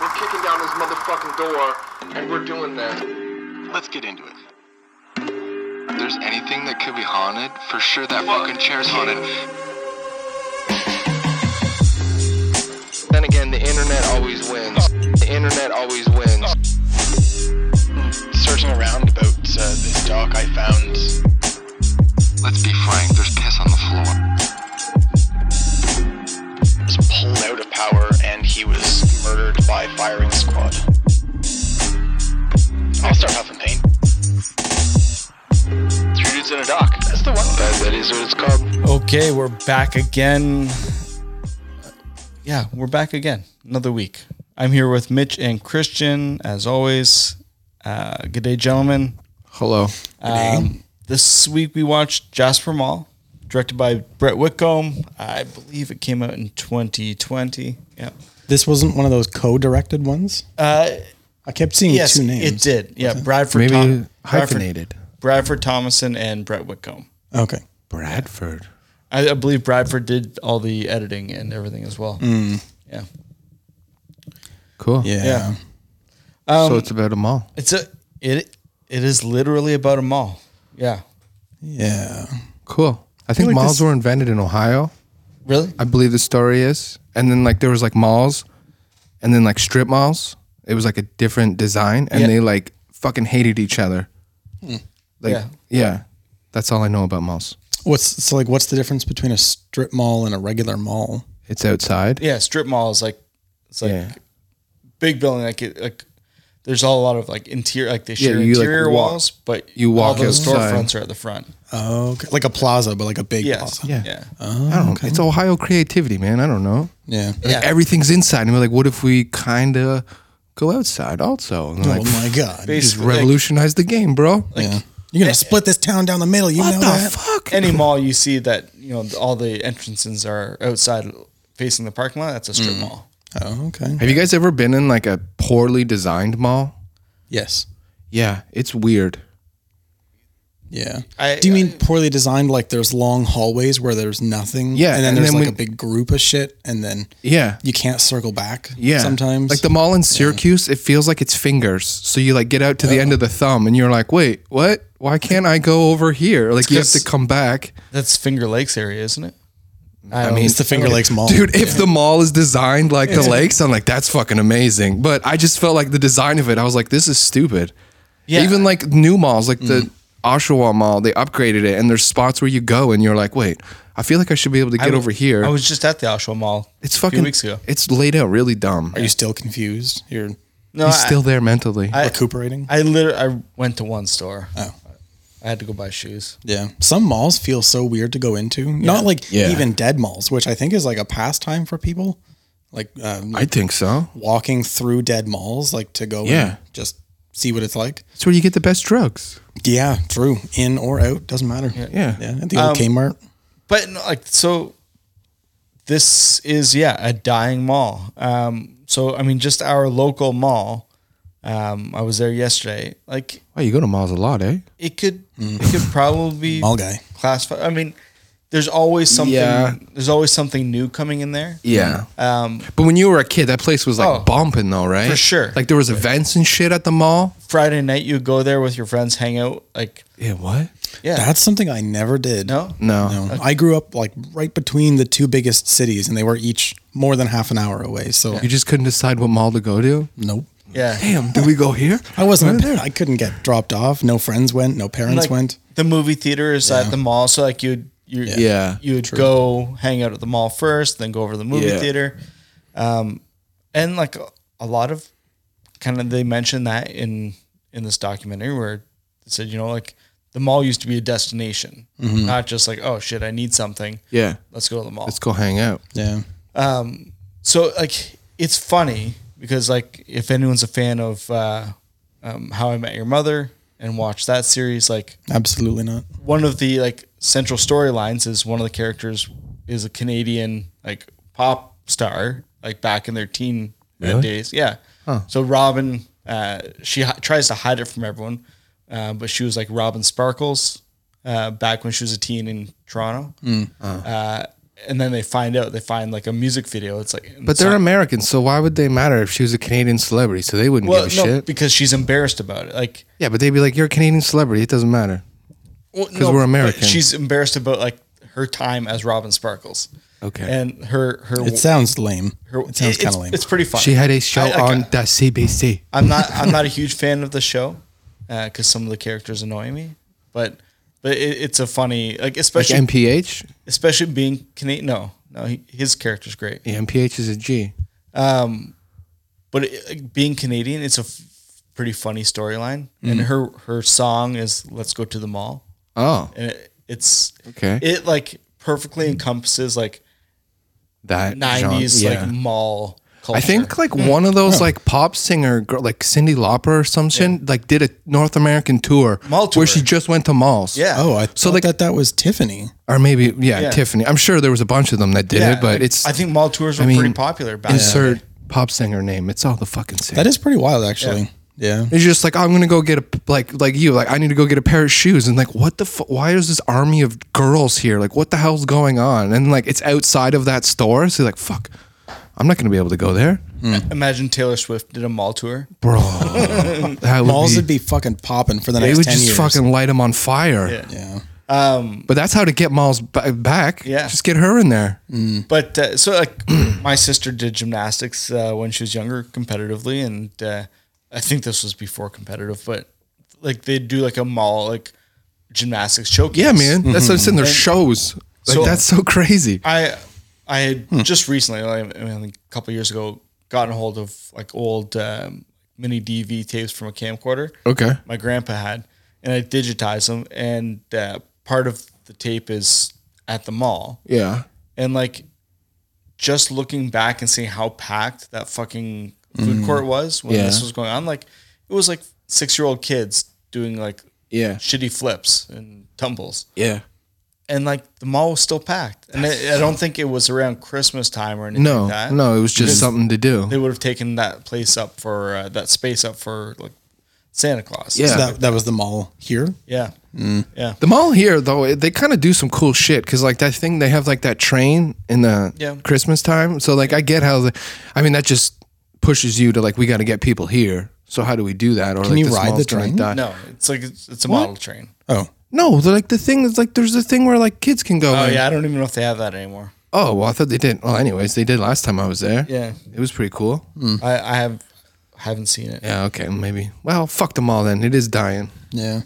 We're kicking down this motherfucking door, and we're doing this. Let's get into it. If there's anything that could be haunted, for sure that fucking chair's haunted. Then again, the internet always wins. The internet always wins. searching around about uh, this dock, I found Let's be frank, there's piss on the floor. was pulled out of power, and he was murdered by firing squad. I'll start huffing paint. Three dudes in a dock. That's the one. That, that is what it's called. Okay, we're back again. Yeah, we're back again. Another week. I'm here with Mitch and Christian, as always. Uh, good day, gentlemen. Hello. Um, this week we watched Jasper Mall, directed by Brett Whitcomb. I believe it came out in 2020. Yeah. This wasn't one of those co-directed ones. Uh, I kept seeing yes, two names. it did. Yeah, Bradford. Maybe Tom- hyphenated. Bradford, Bradford Thomason and Brett Whitcomb. Okay. Bradford. I, I believe Bradford did all the editing and everything as well. Mm. Yeah. Cool. Yeah. Yeah. so it's about a mall. It's a it it is literally about a mall. Yeah. Yeah. Cool. I think like malls this- were invented in Ohio. Really? I believe the story is. And then like there was like malls and then like strip malls. It was like a different design and Yeah. they like fucking hated each other. Like Yeah. yeah. That's all I know about malls. What's so like? What's the difference between a strip mall and a regular mall? It's outside. Yeah, strip mall is like it's like big building like it, like there's all a lot of like interior like they Yeah, share you, like, interior walk- walls, but you walk all those outside. storefronts are at the front. Oh, okay. like a plaza, but like a big Yes. plaza. Oh, Yeah. Yeah. Yeah. I don't know. It's Ohio creativity, man. I don't know. Yeah. Yeah. Everything's inside. And we're like, what if we kinda go outside also? And Oh they're like, my god. just Basically, like, revolutionized the game, bro. yeah. You're gonna split this town down eh, the middle. You know that? fuck? any mall you see that, you know, all the entrances are outside facing the parking lot, that's a strip mall. Oh, okay. Have you guys ever been in like a poorly designed mall? Yes. Yeah, it's weird. Yeah. I- Do you mean I- poorly designed? Like there's long hallways where there's nothing. Yeah, And then and there's then like when- a big group of shit, and then Yeah. you can't circle back. Yeah. Sometimes. Like the mall in Syracuse, it feels like it's fingers. So you like get out to the end of the thumb and you're like, wait, what? Why can't I go over here? Like you have 'cause- to come back. That's Finger Lakes area, isn't it? I mean, it's the Finger Lakes Mall, Dude, if the mall is designed like the lakes, I'm like, that's fucking amazing. But I just felt like the design of it, I was like, this is stupid. Yeah. Even like new malls, like the Oshawa Mall, they upgraded it and there's spots where you go and you're like, wait, I feel like I should be able to get I- over here. I was just at the Oshawa Mall. It's a few fucking. weeks ago. It's laid out really dumb. Are you still confused? You're No, He's I- still there mentally. I- recuperating. I literally I went to one store. Oh. I had to go buy shoes. Yeah. Some malls feel so weird to go into. Not like even dead malls, which I think is like a pastime for people. Like um, I think so. walking through dead malls, like to go Yeah. and just see what it's like. It's where you get the best drugs. Yeah, true. In or out, doesn't matter. Yeah. Yeah. at the Um, old Kmart. But no, like so this is yeah, a dying mall. Um so I mean just our local mall. Um I was there yesterday. Like Wow, you go to malls a lot, eh? it could it could probably Mm. Mall guy. classify I mean there's always something Yeah. there's always something new coming in there. Yeah. Um But when you were a kid, that place was like Oh. bumping though, right? For sure. Like there was events and shit at the mall. Friday night you go there with your friends, hang out like Yeah, what? yeah. That's something I never did. no? No. No. I grew up like right between the two biggest cities and they were each more than half an hour away. So You just couldn't decide what mall to go to? nope. Yeah. Damn, do we go here? I wasn't there. I couldn't get dropped off. No friends went, no parents like, went. The movie theater is at the mall, so like you'd you Yeah. you would go hang out at the mall first, then go over to the movie Yeah. theater, um, and like a, a lot of kind of they mentioned that in in this documentary where it said you know like the mall used to be a destination, Mm-hmm. not just like oh shit I need something Yeah. let's go to the mall. Let's go hang out. Yeah. so like it's funny because like if anyone's a fan of uh, um, How I Met Your Mother and watched that series like Absolutely not. one of the like central storylines is one of the characters is a Canadian like pop star like back in their teen uh, days. Yeah. So Robin, uh, she hi- tries to hide it from everyone, uh, but she was Hmm. like Robin Sparkles uh, back when she was a teen in Toronto, uh, and then they find out they find like a music video. It's like, But they're Americans, so why would they matter if she was a Canadian celebrity? So they wouldn't well, give a no, shit. because she's embarrassed about it. Like, yeah, but they'd be like, "You're a Canadian celebrity. It doesn't matter." because we're American. She's embarrassed about like her time as Robin Sparkles. Okay. and her her It sounds lame. her- It sounds it's- kind of lame. It's pretty fun. She had a show I- I- on the CBC. I'm not I'm not a huge fan of the show because some of the characters annoy me, but but it, it's a funny like Like especially MPH. especially being Canadian. No, no, he, his character's great, Yeah, MPH is a G. but it, like, being Canadian, it's a f- pretty funny storyline. Mm-hmm. And her her song is "Let's Go to the Mall," Oh, and it, it's Okay. It like perfectly encompasses like that '90s genre, yeah. like mall culture. I think like one of those like pop singer, girl, like Cindy Lauper or some shit, like did a North American tour, Mall tour. where she just went to malls. yeah. oh, I So, so like- like, that that was Tiffany. or maybe yeah, Yeah. Tiffany. I'm sure there was a bunch of them that did Yeah, it, but like, it's I think mall tours were I mean, pretty popular back insert then. pop singer name. It's all the fucking same. That is pretty wild, actually. Yeah. It's just like I'm gonna go get a like like you like I need to go get a pair of shoes and like what the fu- why is this army of girls here like what the hell's going on and like it's outside of that store so you're like fuck I'm not gonna be able to go there Imagine Taylor Swift did a mall tour. bro that would Malls would be, be fucking popping for the they next would ten just years. fucking light them on fire Yeah. yeah. but that's how to get malls b- back Yeah. just get her in there Mm. But uh, so like my sister did gymnastics uh, when she was younger competitively, and uh, I think this was before competitive, but like they do like a mall like gymnastics showcase. yeah man that's what I'm saying there's shows like Mm-hmm. So- that's so crazy I I had Hmm. just recently, like, I mean, a couple years ago, gotten a hold of like old um, mini DV tapes from a camcorder. okay my grandpa had, and I digitized them. And uh, part of the tape is at the mall. yeah And like, just looking back and seeing how packed that fucking food court was when Mm. Yeah. this was going on, like it was like six year old kids doing like yeah shitty flips and tumbles. yeah And like the mall was still packed. And I, I don't think it was around Christmas time or anything no like that. no it was just something to do They would have taken that place up for uh, that space up for like Santa Claus. Yeah. Mm. So that that was the mall here. Yeah. Yeah. The mall here, though, it- they kind of do some cool shit because, like, that thing they have like that train in the Yeah. Christmas time. So, like, I get how the, I mean, that just pushes you to like, we got to get people here. So, how do we do that? Or like, you this ride mall's the gonna train? die. No, it's like it's, it's a model train. Oh, no, they're like the thing is like there's a thing where like kids can go. Oh in. yeah, I don't even know if they have that anymore. Oh well, I thought they did. Well, anyways, they did last time I was there. Yeah. Hmm. it was pretty cool. I, I have haven't seen it. Yeah, okay, maybe. Well, fuck the mall then. It is dying. yeah.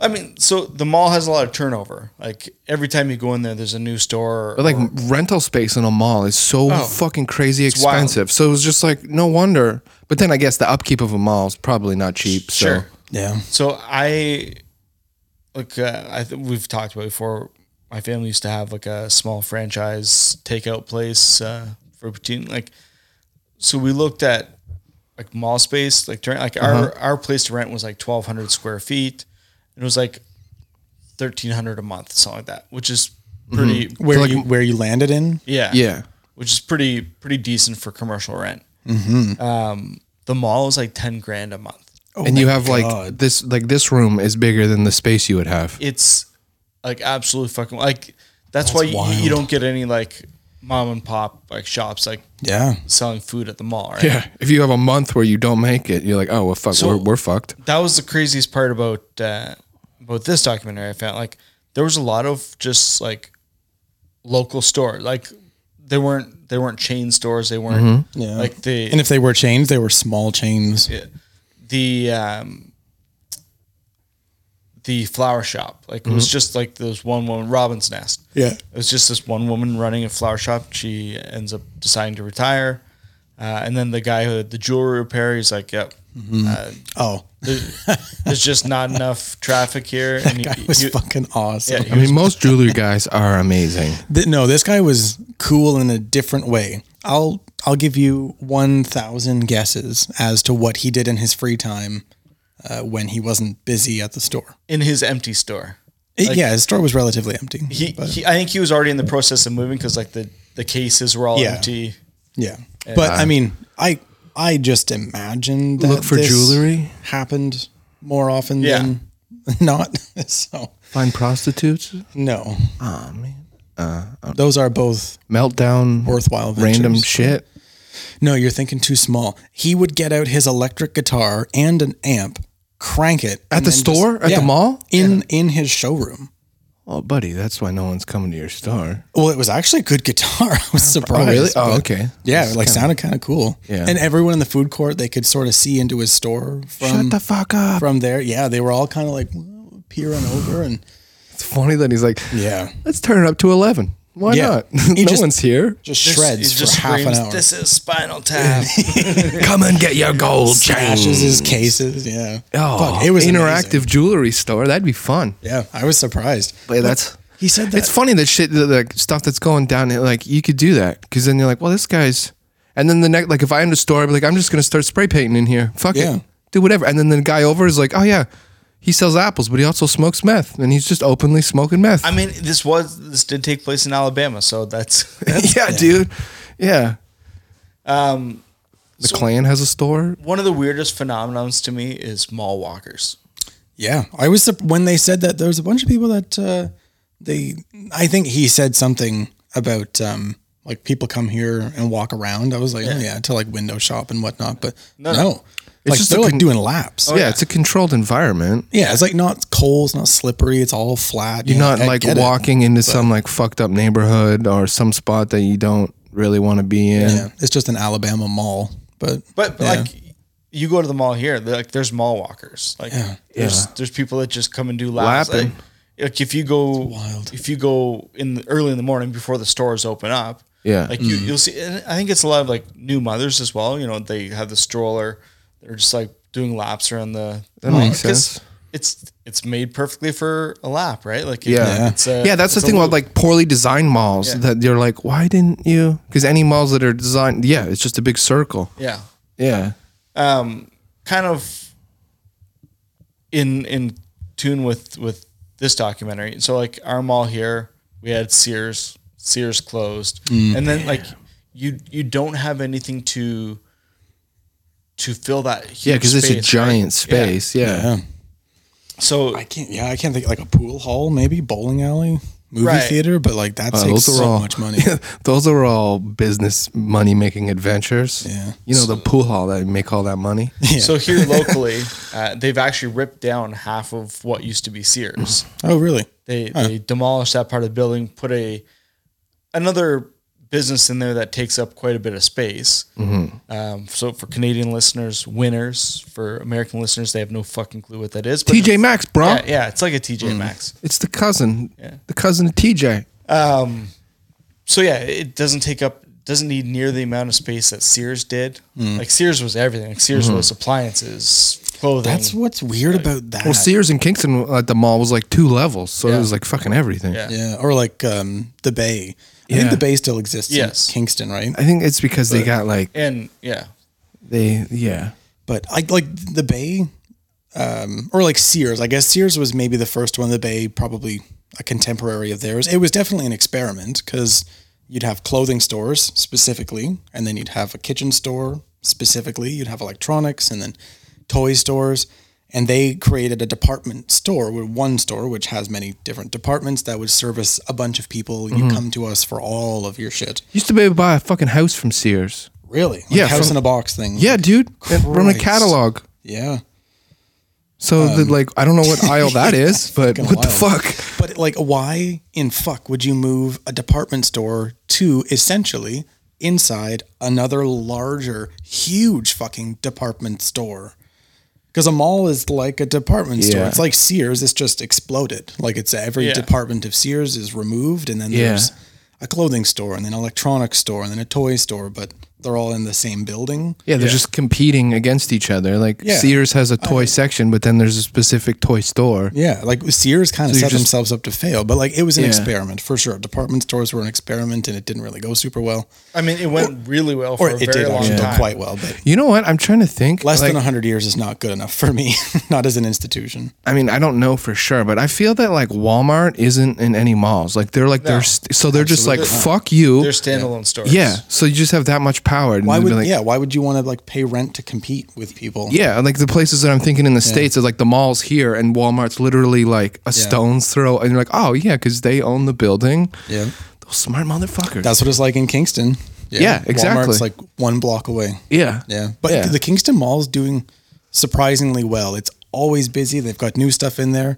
I mean, so the mall has a lot of turnover. Like every time you go in there, there's a new store. But like rental space in a mall is so fucking crazy wild. expensive. So it was just like no wonder. But then I guess the upkeep of a mall is probably not cheap. So Sure. Yeah. so I like uh, I th- we've talked about it before. My family used to have like a small franchise takeout place uh, for poutine. Like, so we looked at like mall space. Like, during, like our our place to rent was like twelve hundred square feet. It was like thirteen hundred a month, something like that, which is pretty Where you where you landed in? Yeah. yeah, Which is pretty pretty decent for commercial rent. Um, the mall is like ten grand a month. and you have like Oh God. this like this room is bigger than the space you would have. It's like absolutely fucking like that's, why you, you wild. don't get any like mom and pop like shops like Yeah. selling food at the mall, right? Yeah, if you have a month where you don't make it, you're like, oh well, fuck, we're, we're fucked. That was the craziest part about uh, about this documentary. I found like there was a lot of just like local store like they weren't they weren't chain stores they weren't Yeah. like the Mm-hmm. And if they were chains, they were small chains. Yeah. the um the flower shop. Like Mm-hmm. it was just like this one woman, Robin's Nest. Yeah. It was just this one woman running a flower shop. She ends up deciding to retire. Uh, and then the guy who had the jewelry repair, he's like, "Yep, uh, Oh, there's, there's just not enough traffic here." And he, guy was he- fucking yeah, awesome. he I mean, most jewelry guys are amazing. Th- no, this guy was cool in a different way. I'll I'll give you one thousand guesses as to what he did in his free time uh, when he wasn't busy at the store. in his empty store. It- yeah, his store was relatively empty. He, he, I think he was already in the process of moving because like the the cases were all Yeah. empty. yeah, but I mean, I I just imagine that Look for this jewelry? happened more often Yeah. than not. so Find prostitutes. no, Oh man, Those are both. meltdown, Worthwhile random ventures. shit. No, you're thinking too small. He would get out his electric guitar and an amp, crank it At and the then store? At the mall? in in his showroom. Oh, buddy, that's why no one's coming to your store. Well, it was actually a good guitar. I was surprised. Oh, but- okay. Yeah, it like sounded kind of cool. Yeah. And everyone in the food court, they could sort of see into his store from Shut the fuck up. from there. Yeah, they were all kind of like "Well," peering over and It's funny that he's like, yeah, let's turn it up to 11. Why Yeah. not? no He just- one's here. just shreds It for half an screams, hour. This is Spinal Tap. Come and get your gold Smashes his cases. Yeah. Oh, Fuck, it was interactive amazing. jewelry store. That'd be fun. Yeah, I was surprised. But that's He said that it's funny that shit, the, the stuff that's going down. Like you could do that because then you're like, well, this guy's. And then the next, like, if I owned a store, I'd be like, I'm just gonna start spray painting in here. Fuck Yeah. it, do whatever. And then the guy over is like, oh yeah, he sells apples, but he also smokes meth, and he's just openly smoking meth. I mean, this was this did take place in Alabama, so that's yeah, dude. Yeah. Um, the Klan has a store. um, one of the weirdest phenomenons to me is mall walkers. Yeah, I was sup- when they said that there was a bunch of people that uh, they. I think he said something about um, like people come here and walk around. I was like, oh yeah, to like window shop and whatnot, but no, like just they're a like con- doing laps. Oh, yeah, it's a controlled environment. yeah, it's like not coals, not slippery. It's all flat. You're Yeah, not I like get it. walking into some like fucked up neighborhood or some spot that you don't really want to be in. Yeah, it's just an Alabama mall, but But but, Yeah. like you go to the mall here, they're like there's mall walkers. Like there's there's people that just come and do laps. Like, Lapping. like, if you go wild. if you go in the, early in the morning before the stores open up, Yeah. Mm. like you you'll see. And I think it's a lot of like new mothers as well. You know, they have the stroller. They're just like doing laps around the. That makes sense. It's it's made perfectly for a lap, right? Like Yeah. it's a- yeah, that's the it's a thing loop. about like poorly designed malls Yeah. that you're like, why didn't you? Because any malls that are designed, yeah, it's just a big circle. yeah. Yeah. um, kind of in in tune with with this documentary. So like our mall here, we had Sears, Sears closed, Mm. and then like you you don't have anything to to fill that huge Yeah, because it's a space, giant right? space. Yeah. yeah, Yeah. So I can't. Yeah, I can't think like a pool hall, maybe bowling alley, movie Right. theater, but like that Uh, takes those are so all much money. those are all business money making adventures. Yeah. You know the pool hall that make all that money. so here locally, uh, they've actually ripped down half of what used to be Sears. oh, really? They they demolished that part of the building, put a another business in there that takes up quite a bit of space. Mm-hmm. Um, so for Canadian listeners, winners. For American listeners, they have no fucking clue what that is. But TJ Maxx, bro. yeah, yeah, it's like a TJ Mm. Maxx. It's the cousin. The cousin of TJ. So yeah, it doesn't take up doesn't need near the amount of space that Sears did. Mm. Like Sears was everything. Like Sears was appliances, clothing. Mm-hmm. That's what's weird about that. Well, Sears and Kingston uh, at the mall was like two levels, so it was like fucking everything. Yeah. Yeah, or like um, the Bay. I Yeah. think the Bay still exists Yes. in Kingston, right? I think it's because they got like and yeah, they yeah. But I like the Bay, um, or like Sears. I guess Sears was maybe the first one. The Bay probably a contemporary of theirs. It was definitely an experiment because you'd have clothing stores specifically, and then you'd have a kitchen store specifically. You'd have electronics, and then toy stores. And they created a department store, with one store which has many different departments that would service a bunch of people. You come to us for all of your shit. Used to be able to buy a fucking house from Sears. Really? Like Yeah, house from- in a box thing. Yeah, dude. And From a Christ. catalog. yeah. So the, like I don't know what aisle that is, but Fucking what the wild. fuck? But like, why in fuck would you move a department store to essentially inside another larger, huge fucking department store? Because a mall is like a department store. Yeah. It's like Sears. It's just exploded. Like it's every Yeah. department of Sears is removed, and then Yeah. there's a clothing store, and then an electronics store, and then a toy store. But they're all in the same building. Yeah, they're just competing against each other. Like Yeah. Sears has a toy section, but then there's a specific toy store. Yeah, like Sears kind of you're set just- themselves up to fail, but like it was an Yeah. experiment for sure. Department stores were an experiment, and it didn't really go super well, I mean it went really well for or a it very did long actually go time. quite well, but You know what? I'm trying to think. less like, than hundred years is not good enough for me, not as an institution. I mean, I don't know for sure, but I feel that like Walmart isn't in any malls. Like they're like they're st- so they're just like fuck you. They're standalone stores. yeah, so you just have that much overpowered. and Why they'd be would like, yeah? Why would you want to like pay rent to compete with people? Yeah, like the places that I'm thinking in the states is like the malls here, and Walmart's literally like a stone's throw, and you're like, oh yeah, because they own the building. yeah. Those smart motherfuckers. That's what it's like in Kingston. Yeah, exactly. Walmart's like one block away. yeah, Yeah. But Yeah. the Kingston Mall is doing surprisingly well. It's always busy. They've got new stuff in there.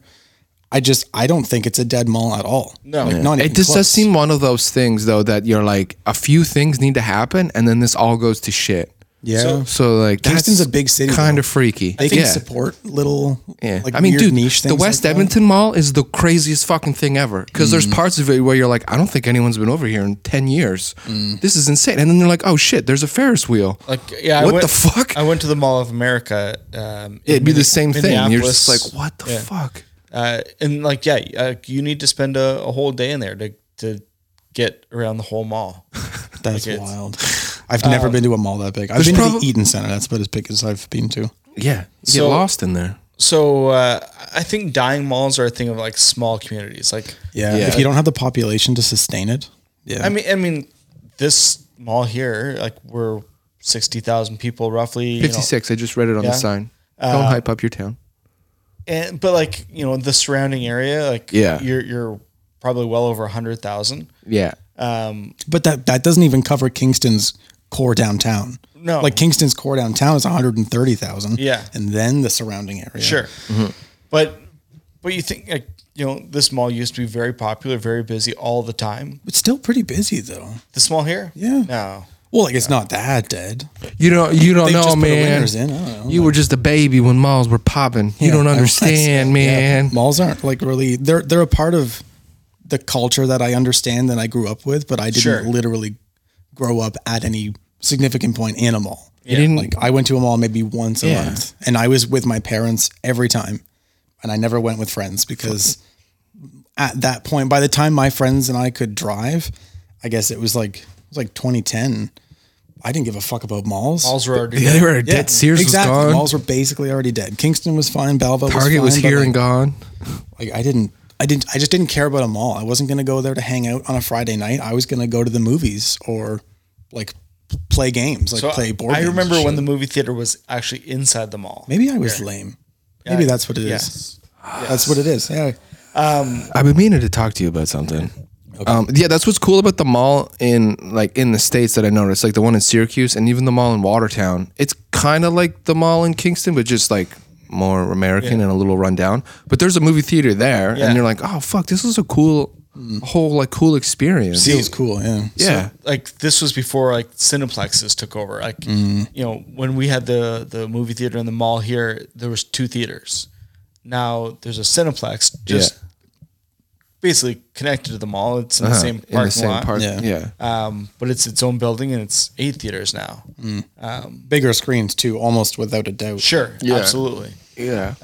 I just I don't think it's a dead mall at all. No. Like, Yeah. not even It just close. does seem one of those things though that you're like a few things need to happen, and then this all goes to shit. Yeah. So like Kingston's that's a big city, kind though. of freaky. they can yeah. support little Yeah. like I mean, weird dude, niche things. the West like that. Mm. Edmonton Mall is the craziest fucking thing ever. Because there's parts of it where you're like, I don't think anyone's been over here in 10 years. Mm. This is insane. And then they're like, oh shit, there's a Ferris wheel. Like yeah, I What went- the fuck? I went to the Mall of America. Um, in It'd be Minne- the same thing. You're just Minneapolis. like, what the Yeah. fuck? Uh, and like yeah, uh, you need to spend a, a whole day in there to to get around the whole mall. That's Like, it's- wild. I've never been to a mall that big. I've Uh, there's been to prob- the Eaton Center. That's about as big as I've been to. Yeah. You So- get lost in there. So uh, I think dying malls are a thing of like small communities. Like Yeah. If you don't have the population to sustain it. Yeah. I mean, I mean, this mall here, like we're sixty thousand people roughly. you know. 56. I just read it on Yeah. the sign. Don't Uh, hype up your town. and but like you know the surrounding area, like Yeah. you're you're probably well over a hundred thousand. Yeah. But that that doesn't even cover Kingston's core downtown. No. like Kingston's core downtown is one hundred and thirty thousand. Yeah. and then the surrounding area. Sure, Mm-hmm. but but you think like you know this mall used to be very popular, very busy all the time. it's still pretty busy though. This mall here, Yeah. no, Well, like it's not that dead. You don't, you don't They've know, just put the Oh, man. winters in. I don't know. You were just a baby when malls were popping. You don't I was. understand, man. Yeah, malls aren't like really. They're they're a part of the culture that I understand and I grew up with, but I didn't Sure. literally grow up at any significant point in a mall. You didn't Like oh, I went to a mall maybe once a Yeah. month, and I was with my parents every time, and I never went with friends because at that point, by the time my friends and I could drive, I guess it was like it was like 2010. I didn't give a fuck about malls. malls were already Yeah, they were dead. Sears exactly. was gone. Malls were basically already dead. Kingston was fine. Balva Target was was, fine, but, here and like, gone. like I didn't I didn't I just didn't care about a mall. I wasn't gonna go there to hang out on a Friday night. I was gonna go to the movies or like p- play games, like So play board I games. and remember shit. when the movie theater was actually inside the mall. maybe I was lame. Maybe that's what it is. Yes. That's what it is. Yeah. I've been meaning to talk to you about something. Um, yeah, that's what's cool about the mall in like in the states that I noticed, like the one in Syracuse and even the mall in Watertown. It's kind of like the mall in Kingston, but just like more American and a little rundown. But there's a movie theater there, Yeah. Mm. and you're like, oh fuck, this is a cool whole like cool experience. It was cool, yeah. yeah, like this was before like cineplexes took over like Mm-hmm. you know when we had the the movie theater in the mall here there was two theaters now there's a cineplex just Yeah. basically connected to the mall it's Uh-huh. in the same parking in the same lot park. Yeah. Yeah, um but it's its own building and it's eight theaters now Bigger screens too, almost without a doubt. sure absolutely yeah.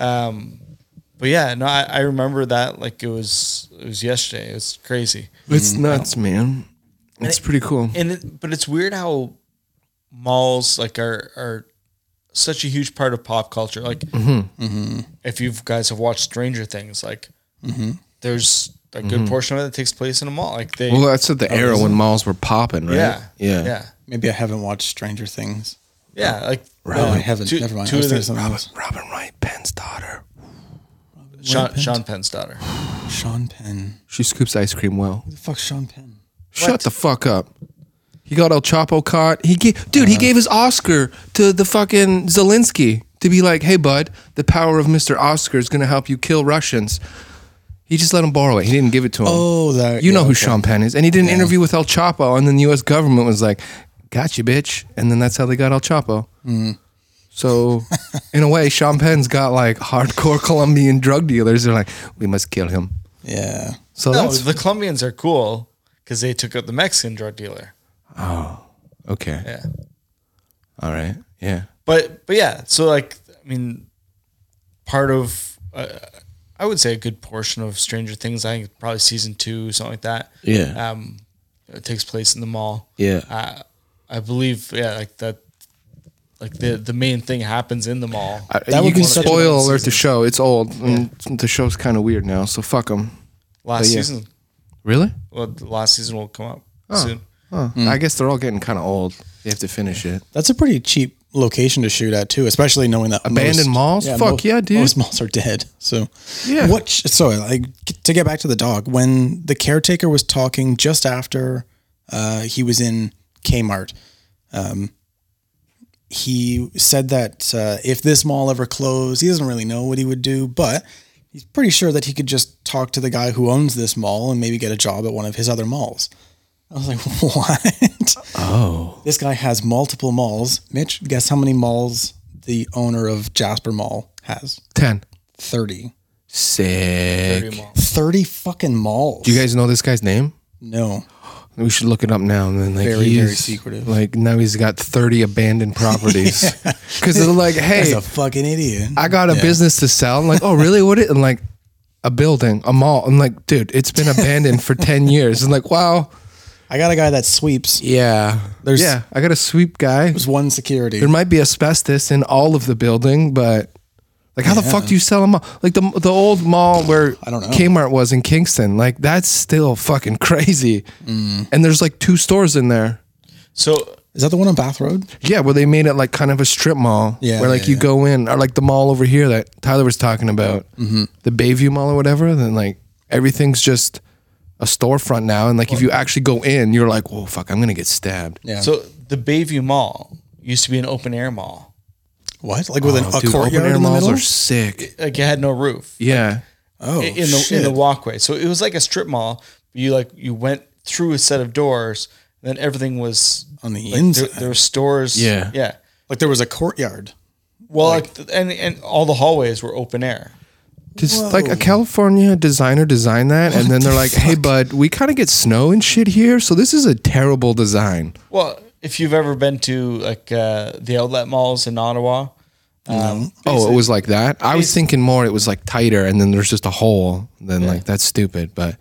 but yeah no I, I remember that like it was it was yesterday it's crazy it's nuts, man. It's pretty cool. and it, but it's weird how malls like are are such a huge part of pop culture. Like, Mm-hmm. if you guys have watched Stranger Things, like Mm-hmm. there's a good portion of it that takes place in a mall. Like they, Well, that's at the era when malls were popping, right? Oh, yeah, yeah, yeah, Maybe I haven't watched Stranger Things. yeah. Like uh, No, I haven't. Two- Never mind. two I was of the- thinking something else. Robin Wright, Penn's daughter. Sean, Penn? Sean Penn's daughter. Oh, Sean Penn. She scoops ice cream well. Who the fuck's Sean Penn? Shut the fuck up. He got El Chapo caught. He gave, dude, Uh-huh. he gave his Oscar to the fucking Zelensky to be like, hey, bud, the power of Mr. Oscar is going to help you kill Russians. He just let him borrow it. He didn't give it to him. Oh, that- You know yeah, who okay. Sean Penn is. And he did an interview with El Chapo, and then the U.S. government was like, got you, bitch. And then that's how they got El Chapo. Mm-hmm. So, in a way, Sean Penn's got like hardcore Colombian drug dealers. They're like, we must kill him. Yeah. So No, that's the Colombians are cool because they took out the Mexican drug dealer. okay. Yeah. All right. Yeah. but but yeah so like i mean part of uh, i would say a good portion of stranger things i think probably season two something like that Yeah. um it takes place in the mall Uh, Yeah. i believe yeah like that like the the main thing happens in the mall you would can be such spoil another alert the show. It's old. And the show's kind of weird now, so fuck them. last yeah. season Really? well the last season will come up soon Oh, Hmm. I guess they're all getting kind of old. They have to finish it. That's a pretty cheap location to shoot at too, especially knowing that Abandoned most- malls? Fuck most- yeah, dude. Most malls are dead. So Yeah. what? sh- So like to get back to the dog, when the caretaker was talking just after uh, he was in Kmart, um, he said that uh, if this mall ever closed, he doesn't really know what he would do, but he's pretty sure that he could just talk to the guy who owns this mall and maybe get a job at one of his other malls. I was like, what? This guy has multiple malls. Mitch, guess how many malls the owner of Jasper Mall has? Ten. 30. Sick. 30 fucking malls. Do you guys know this guy's name? No. We should look it up now and then like Very, he's- very secretive. Like now he's got thirty abandoned properties because they're like, He's hey, a fucking idiot. I got a business to sell. I'm like, oh really? What? It? And like a building, a mall. I'm like, dude, it's been abandoned for ten years. And like, wow, I got a guy that sweeps. yeah, There's- yeah. I got a sweep guy. There's one security. There might be asbestos in all of the building, but like, how the fuck do you sell a mall? Like the the old mall where I don't know. Kmart was in Kingston. Like that's still fucking crazy. Mm. And there's like two stores in there. So Is that the one on Bath Road? Yeah, where they made it like kind of a strip mall. Yeah, Where like yeah, you yeah. go in, or like the mall over here that Tyler was talking about, mm-hmm. the Bayview Mall or whatever. Then like everything's just a storefront now. And like if you actually go in, you're like, whoa, fuck, I'm gonna get stabbed. Yeah. so the Bayview Mall used to be an open air mall. What? Like with an, Oh, a dude, open courtyard air in the malls middle? are sick. Like it had no roof. Yeah. oh, in in the in the walkway. So it was like a strip mall. You like you went through a set of doors, and then everything was On the like, inside. There, there were stores. Yeah. yeah. like there was a courtyard. Well, like, th- and and all the hallways were open air. Just like a California designer designed that, and then they're like, "Hey, bud, we kind of get snow and shit here, so this is a terrible design." Well, if you've ever been to like uh, the outlet malls in Ottawa, Oh, it was like that. I was thinking more. It was like tighter, and then there's just a hole. Then like that's stupid. But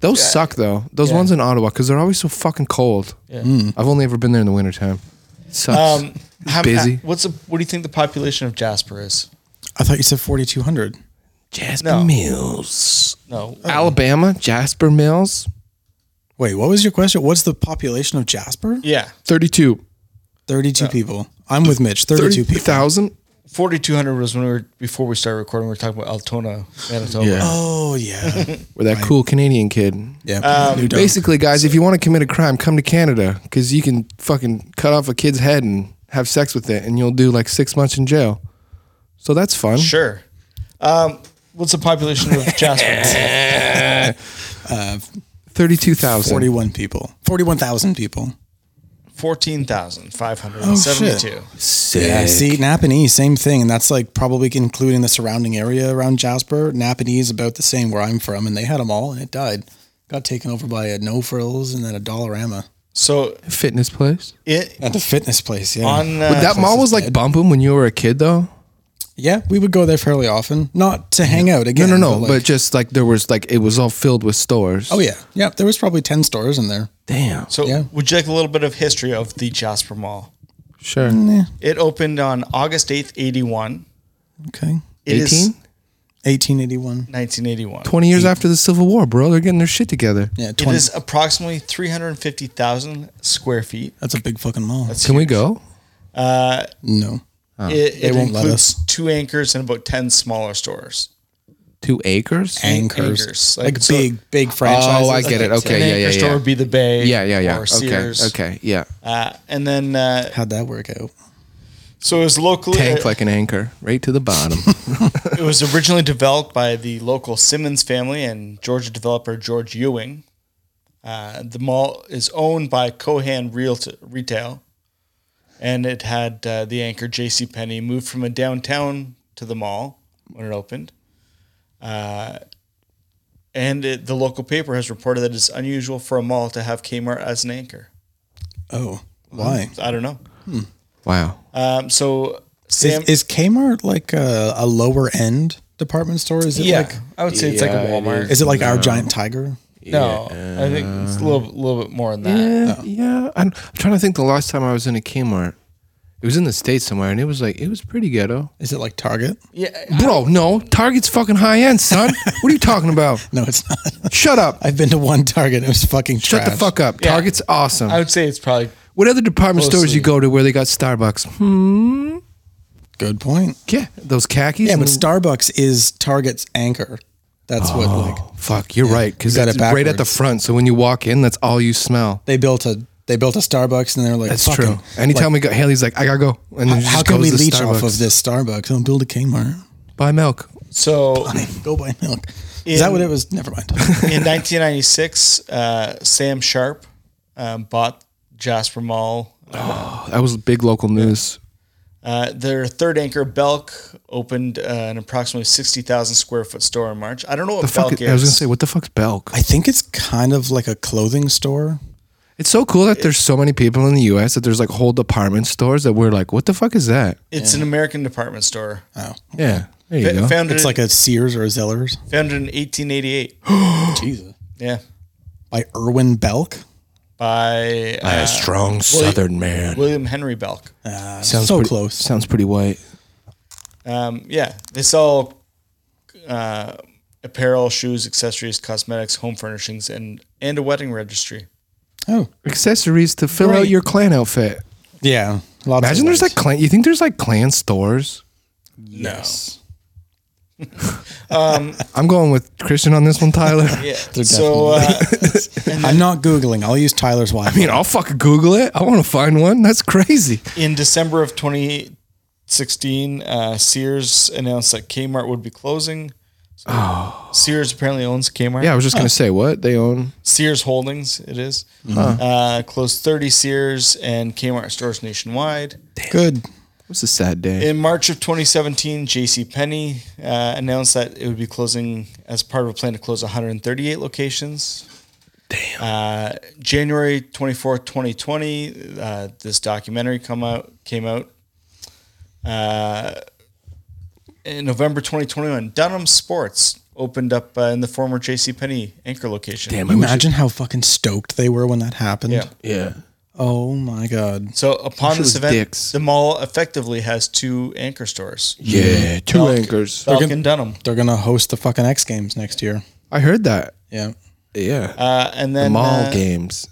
those suck though. Those ones in Ottawa because they're always so fucking cold. I've only ever been there in the wintertime. It Sucks. um, how, busy. how- what's the, what do you think the population of Jasper is? I thought you said 4,200. Jasper no. Mills, No, Uh, Alabama. Jasper Mills, Wait, what was your question? What's the population of Jasper? yeah, 32. Uh, 32 people. I'm with Mitch. 32 people. 30,000? forty two hundred was when we were before we started recording. We were talking about Altona, Manitoba. Oh, yeah. With that cool Canadian kid. Yeah. Um, Basically, guys, if you want to commit a crime, come to Canada because you can fucking cut off a kid's head and have sex with it, and you'll do like six months in jail. So that's fun. Sure. Um, what's the population of Jasper? 32,000. 41 people. 41,000 people. Fourteen thousand five hundred and seventy-two. Oh, Yeah, see, Napanee, same thing, and that's like probably including the surrounding area around Jasper. Napanee is about the same where I'm from, and they had them all, and it died. Got taken over by a No Frills and then a Dollarama so Fitness place. it at the fitness place. Yeah, on uh, But that mall was like Bumpum when you were a kid, though. yeah, we would go there fairly often, not to hang out No, again. no, no. But, like- just like there was like, it was all filled with stores. oh yeah, yeah, there was probably ten stores in there. damn. So, Yeah. would you like a little bit of history of the Jasper Mall? Sure. It opened on August 8th, 81. Okay, It is 18? 1881. 1981. 20 years after the Civil War, bro. They're getting their shit together. Yeah, 20. It is approximately 350,000 square feet. that's a big fucking mall. That's Can we huge. go? no, Oh. It, it won't let includes us. two anchors and about 10 smaller stores. Two acres? anchors, Anchors, like, like, so- big, big franchises. I get it. Okay, An yeah, anchor yeah, store yeah. would be the Bay. yeah, yeah, yeah. Or Okay. Sears. Okay. Yeah. Uh, and then, uh, How'd that work out? so it was locally, Tank like an anchor, right to the bottom. it was originally developed by the local Simmons family and Georgia developer George Ewing. Uh, the mall is owned by Cohan Realty Retail, and it had uh, the anchor J.C. Penney moved from a downtown to the mall when it opened. Uh, and it, the local paper has reported that it's unusual for a mall to have Kmart as an anchor. Um, Oh, why? I don't know. wow. Um, so Sam, Is, is Kmart like a, a lower end department store? Is it yeah, like I would say it's like a Walmart. is it like our giant tiger? No, I think it's a little, little bit more than that. Yeah, yeah. I'm, I'm trying to think the last time I was in a Kmart. It was in the states somewhere, and it was like it was pretty ghetto. Is it like Target? Yeah, Bro, no, Target's fucking high end, son. what are you talking about? No, it's not. Shut up. I've been to one Target. It was fucking Shut the trash. fuck up. Yeah. Target's awesome. I would say it's probably what other department stores Mostly. you go to where they got Starbucks? Hmm. Good point. Yeah, those khakis. Yeah, and but Starbucks is Target's anchor. That's what Oh. like fuck, you're right because got that's it right at the backwards. front. So when you walk in, that's all you smell. they built a they built a Starbucks and they're like That's fucking, true. Anytime we go, Haley's like, I gotta go, and then How, she how just can goes we to leech Starbucks. off of this Starbucks and build a Kmart? Buy milk. so. Go buy milk. Is that In- what it was? Never mind. In 1996, uh, Sam Sharp um, bought Jasper Mall. That was big local news. Uh, their third anchor, Belk, opened uh, an approximately 60,000 square foot store in March. I don't know what The fuck Belk is. I was gonna say, what the fuck's Belk? I think it's kind of like a clothing store. It's so cool that there's so many people in the U.S. that there's like whole department stores that we're like, what the fuck is that? it's an American department store. Oh, Yeah, there you Fa- go. founded, it's like a Sears or a Zellers. founded in 1888. Jesus. yeah. By Irwin Belk. By uh, a strong Southern man. William Henry Belk. sounds so pretty, close. Sounds pretty white. Um, yeah. They sell uh, apparel, shoes, accessories, cosmetics, home furnishings, and, and a wedding registry. Oh, Accessories to fill out Right. your clan outfit. yeah. Lots Imagine there's like clan. You think there's like clan stores? yes. I'm going with Christian on this one, Tyler. Yeah. So uh, I'm not googling. I'll use Tyler's Wi-Fi. I mean, I'll fucking Google it. I want to find one. That's crazy. in December of 2016, uh, Sears announced that Kmart would be closing. So Sears apparently owns Kmart. Yeah, I was just gonna say what they own. Sears Holdings, it is. Uh, closed 30 Sears and Kmart stores nationwide. good. What's a sad day? In March of 2017, JCPenney uh, announced that it would be closing as part of a plan to close 138 locations. Damn. Uh, January 24th, 2020, uh, this documentary come out came out. Uh, in November 2021, Dunham Sports opened up uh, in the former JCPenney anchor location. Damn, I Can you wish imagine how fucking stoked they were when that happened? Yeah. it- Yeah. Oh my god. So upon Those this event, dicks. the mall effectively has two anchor stores, Yeah. Two Belk. anchors. Belk and Dunham. They're gonna host the fucking X Games next year. I heard that. Yeah. Yeah. Uh, and then Mall uh, games.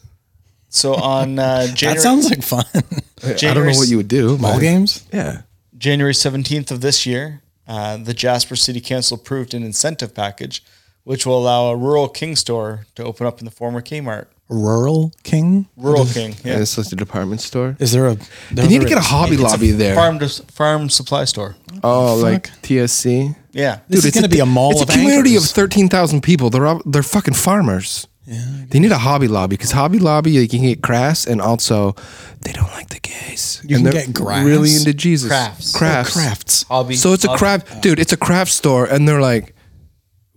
So on uh, January, That sounds like fun. I don't January- know what you would do. but- Ball games? Yeah. January 17th of this year, uh, the Jasper City Council approved an incentive package which will allow a rural King store to open up in the former Kmart. Rural King? Rural King, And yeah. it's like a department store. Is there a You need to get a Hobby Lobby there. Farm to, farm supply store. oh, like TSC. Yeah. This is it's gonna be a mall It's of a community anchors. of thirteen thousand people. They're all, they're fucking farmers. Yeah. They need a Hobby Lobby because Hobby Lobby like, you can get crafts and also they don't like the gays. You can get grass? Really into Jesus Crafts. Oh, Crafts. crafts. Hobby. So it's a Hobby. craft, dude. It's a craft store, and they're like,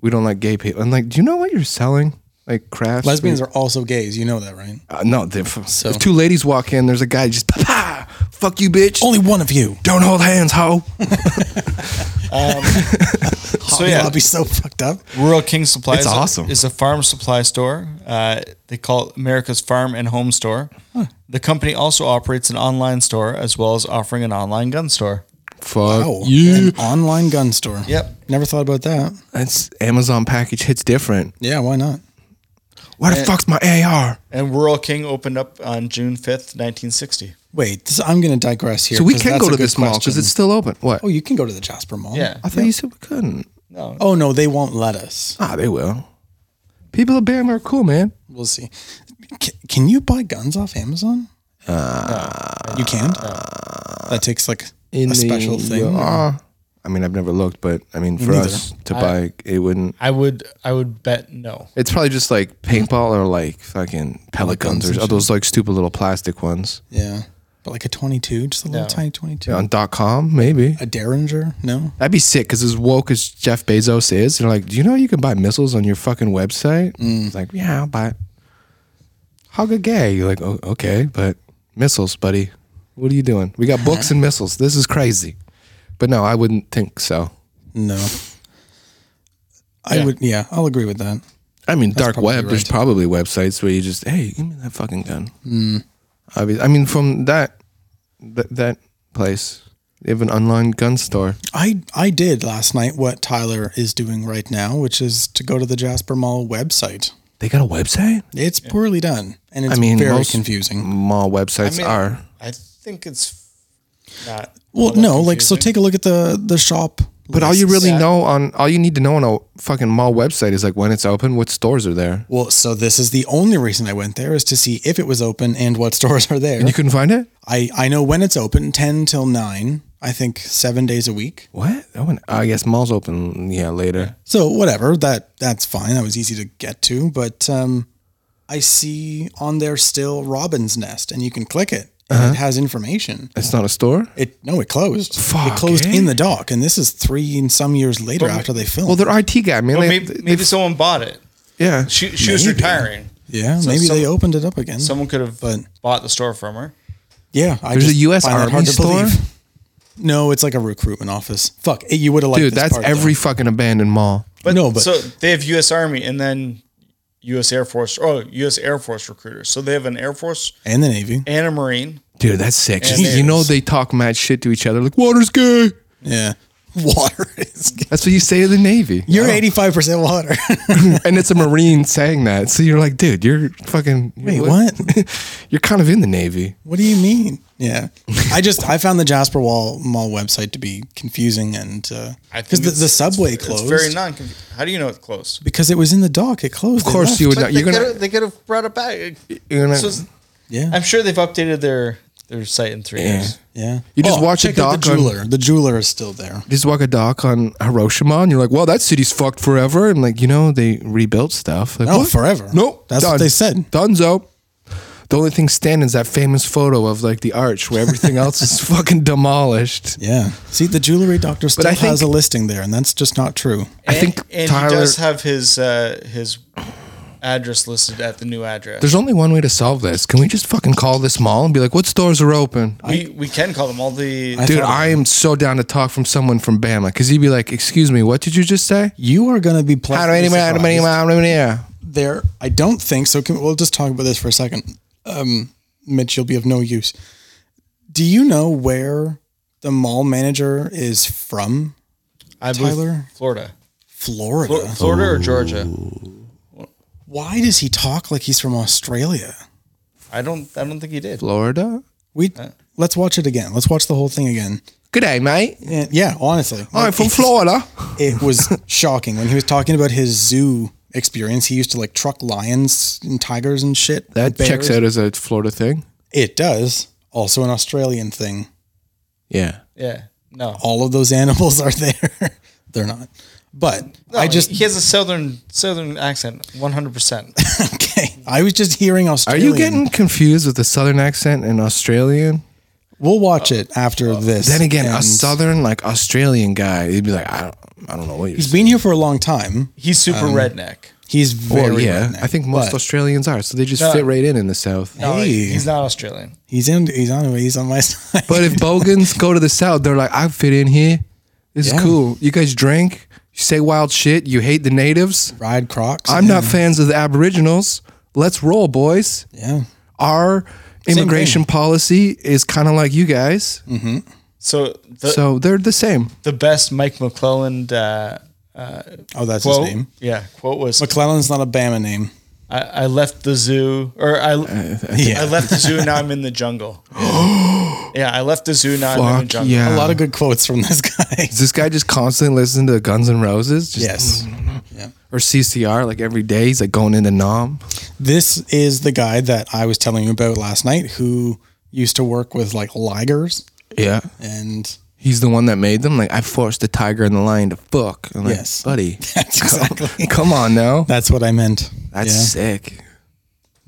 we don't like gay people. I'm like, do you know what you're selling? Like crafts. Lesbians are also gays. You know that, right? Uh, no, they- f- if two ladies walk in, there's a guy just, "Pa-pa! fuck you, bitch. Only one of you. Don't hold hands, ho. Um, So yeah, I'll be so fucked up. Rural King Supply It's is, awesome. a, is a farm supply store. Uh, they call it America's Farm and Home Store. The company also operates an online store as well as offering an online gun store. Fuck Oh, you. an online gun store. Yep. Never thought about that. That's Amazon package hits different. Yeah, why not? Where the fuck's my AR? And Rural King opened up on June 5th, 1960. Wait, this, I'm going to digress here. So we 'cause can that's go a to good this mall because question. it's still open. What? Oh, you can go to the Jasper Mall. Yeah. I thought you said we couldn't. No. Oh no, they won't let us. Ah, they will. People of Bama are cool, man. We'll see. C- can you buy guns off Amazon? Uh, you can. That takes like a special thing. Uh, I mean, I've never looked, but I mean, for neither. us to buy, it wouldn't. I would I would bet no. It's probably just like paintball or like fucking pelicans or oh, those like stupid little plastic ones. yeah, but like a 22, just a little No. tiny 22. On dot com, maybe. A Derringer? No. That'd be sick because as woke as Jeff Bezos is, they're like, do you know you can buy missiles on your fucking website? It's like, yeah, I'll buy it. Hug a gay. You're like, oh, okay, but missiles, buddy. What are you doing? We got books and missiles. This is crazy. But no, I wouldn't think so. No. I Yeah. would. Yeah, I'll agree with that. I mean, dark probably web, there's right. probably websites where you Mm. just, hey, give me that fucking gun. I mean- I mean, from that, that, that place. They have an online gun store. I I did last night what Tyler is doing right now, which is to go to the Jasper Mall website. They got a website. It's poorly done, and it's I mean, very most confusing. Mall websites I mean, are. I think it's not. Well, all that no, like so. confusing. Take a look at the the shop. But all you lists. really know on all you need to know on a fucking mall website is like when it's open, what stores are there. well, so this is the only reason I went there is to see if it was open and what stores are there. And you couldn't find it? I I know when it's open, ten till nine. I think seven days a week. What? Oh, and- I guess malls open yeah later. So whatever that that's fine. That was easy to get to, but um, I see on there still Robin's Nest, and you can click it. and Uh-huh. It has information. It's not a store? It no, it closed. Fuck, it closed eh? in the dock, and this is three and some years later after they filmed. Well, their IT guy, man. Well, they- maybe, they- maybe someone bought it. yeah. She she was retiring. yeah, maybe some- they opened it up again. Someone could have But- bought the store from her. yeah, I There's a just U.S. find that Army store. No, it's like a recruitment office. Fuck, eh, you would have liked Dude, this that's part, every though. fucking abandoned mall. But No, but- so they have U.S. Army and then U.S. Air Force. Oh, U.S. Air Force recruiters. So they have an Air Force and the Navy. and a Marine. Dude, that's sick. And you there's- know they talk mad shit to each other like water's gay. Yeah, water is. That's what you say to the Navy. Oh. You're eighty five percent water. and it's a Marine saying that. So you're like, dude, you're fucking Wait, you're- what? You're kind of in the Navy. What do you mean? Yeah, I just I found the Jasper Wall Mall website to be confusing and because I think the, it's- the subway it's- closed It's very non. How do you know it's closed? because it was in the dock. It closed. Of course you would not. You're they, gonna, could have, they could have brought it back. you're gonna So it's- Yeah, I'm sure they've updated their their site in three years. yeah. Oh, You just watch a check out doc The on- jeweler. the jeweler is still there. just walk a dock on Hiroshima and you're like, well, that city's fucked forever. And like, you know, they rebuilt stuff. Like, No, what? forever. Nope. That's what done. they said. Dunzo. The only thing standing is that famous photo of like the arch where everything else is fucking demolished. Yeah. See, the jewelry doctor still I has a think- listing there, and that's just not true. I think and, and Tyler. he does have his uh, his address listed at the new address. there's only one way to solve this. Can we just fucking call this mall and be like, what stores are open? we we can call them all the. I Dude, thought- I am so down to talk from someone from Bama because he'd be like, "Excuse me, what did you just say?" You are going to be How do anyone? How do anyone? surprised. How do anyone? There, I don't think so. Can, we'll just talk about this for a second. Um, Mitch, you'll be of no use. Do you know where the mall manager is from? I believe Tyler? Oh. Florida, Florida. Flor- Florida or Georgia. Why does he talk like he's from Australia? I don't. I don't think he did. Florida. We Uh, let's watch it again. Let's watch the whole thing again. Good day, mate. And yeah, honestly, I'm from Florida. it was shocking when he was talking about his zoo experience. He used to like truck lions and tigers and shit. That bears. checks out as a Florida thing. It does. Also, an Australian thing. Yeah. Yeah. No. All of those animals are there. They're not. But No, I just he has a southern southern accent, one hundred percent. okay. I was just hearing Are Australian. you getting confused with the Southern accent and Australian? We'll watch it after this. Uh, Then again, a and- Southern like Australian guy, he'd be like, "I don't, I don't know what you're." He's been here for a long time. He's super Um, redneck. He's saying." very. Well, yeah, redneck, I think most but Australians are, so they just No. fit right in in the South. No, Hey. he's not Australian. he's in. He's on. He's on my side. But if Bogans go to the South, they're like, I fit in here. This Yeah. is cool. You guys drink, you say wild shit, you hate the natives. ride Crocs. I'm not fans of the Aboriginals. Let's roll, boys. Yeah. Our immigration policy is kind of like you guys. So the So they're the same. the best Mike McClelland uh, Oh, that's quote. his name. Yeah, quote was McClellan's not a Bama name. I, I left the zoo or I Yeah. I left the zoo now I'm in the jungle. yeah, I left the zoo now I'm in the Fuck jungle. yeah. A lot of good quotes from this guy. Does this guy just constantly listen to Guns N' Roses? Just, yes. Or CCR like every day? He's like going into Nom. This is the guy that I was telling you about last night who used to work with like ligers Yeah. and He's the one that made them. Like, I forced the tiger and the lion to fuck. I'm like, Yes. buddy, that's exactly come on now. that's what I meant. That's yeah. sick.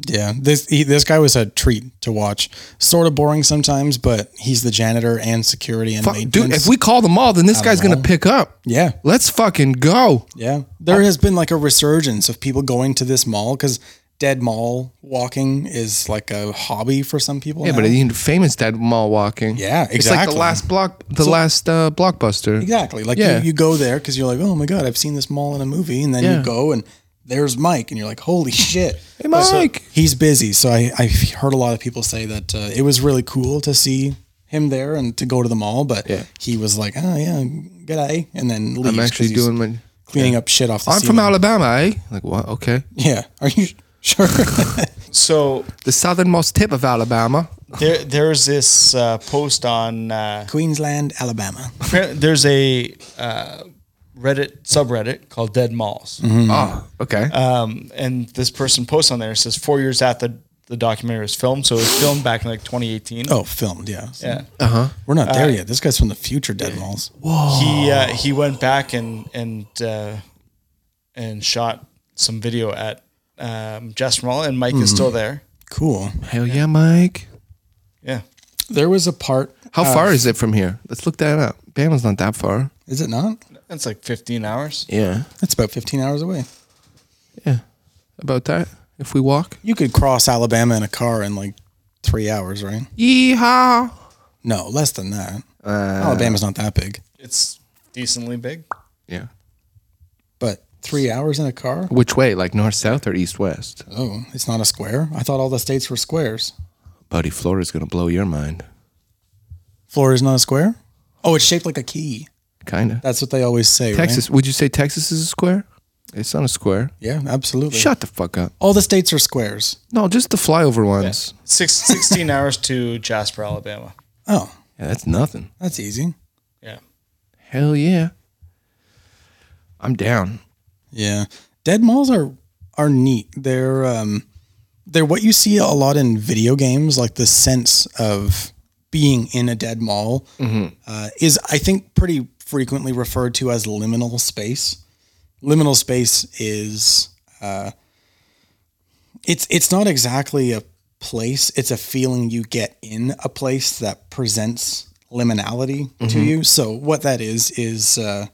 Yeah. This he, this guy was a treat to watch. Sort of boring sometimes, but he's the janitor and security and Fuck, dude, maintenance. if we call them all, then this guy's gonna know. pick up. Yeah. Let's fucking go. Yeah. There has been like a resurgence of people going to this mall cuz dead mall walking is like a hobby for some people. Yeah, now. but you need famous dead mall walking. Yeah, It's like the exactly. last block, the last uh, blockbuster. Exactly. Like Yeah. you, you go there because you're like, oh my god, I've seen this mall in a movie, and then Yeah. you go and there's Mike, and you're like, holy shit, Hey, Mike. he's busy. So I I heard a lot of people say that uh, it was really cool to see him there and to go to the mall, but Yeah. he was like, "Oh yeah, good day," and then leaves I'm 'cause actually he's doing my. cleaning up shit off. the I'm from ceiling. Alabama, eh? Like what? Okay, Yeah, are you sure? So the southernmost tip of Alabama. there there's this uh, post on uh, Queensland, Alabama. there's a uh, Reddit subreddit called Dead Malls. Mm. Oh, okay. and this person posts on there it says four years after the documentary was filmed, so it was filmed back in like 2018. Oh, filmed. Yeah, So yeah. Uh-huh. We're not there yet. This guy's from the future, Dead Malls. He uh, he went back and and uh, and shot some video at um, Jess Mall, and Mike is still there. Cool. Hell yeah, Mike. Yeah, There was a part. uh, How far is it from here? Let's look that up. Bama's not that far. Is it not? that's like 15 hours. Yeah. It's about 15 hours away. Yeah. About that. If we walk. You could cross Alabama in a car in like three hours, right? Yeehaw. No, less than that. Uh, Alabama's not that big, It's decently big. Yeah. but three hours in a car? Which way? Like north, south, or east, west? Oh, it's not a square. I thought all the states were squares. Buddy, Florida's gonna blow your mind. Florida's not a square? Oh, it's shaped like a key. Kinda. That's what they always say. right? Texas. Would you say Texas is a square? It's not a square. Yeah, absolutely. Shut the fuck up. All the states are squares. No, just the flyover ones. Six, 16 hours to Jasper, Alabama. Oh, Yeah, that's nothing. that's easy. Yeah, Hell yeah. I'm down. Yeah. Dead malls are are neat. They're um they're what you see a lot in video games, like the sense of being in a dead mall uh, is I think pretty frequently referred to as liminal space. Liminal space is uh it's it's not exactly a place, it's a feeling you get in a place that presents liminality to you. So what that is is uh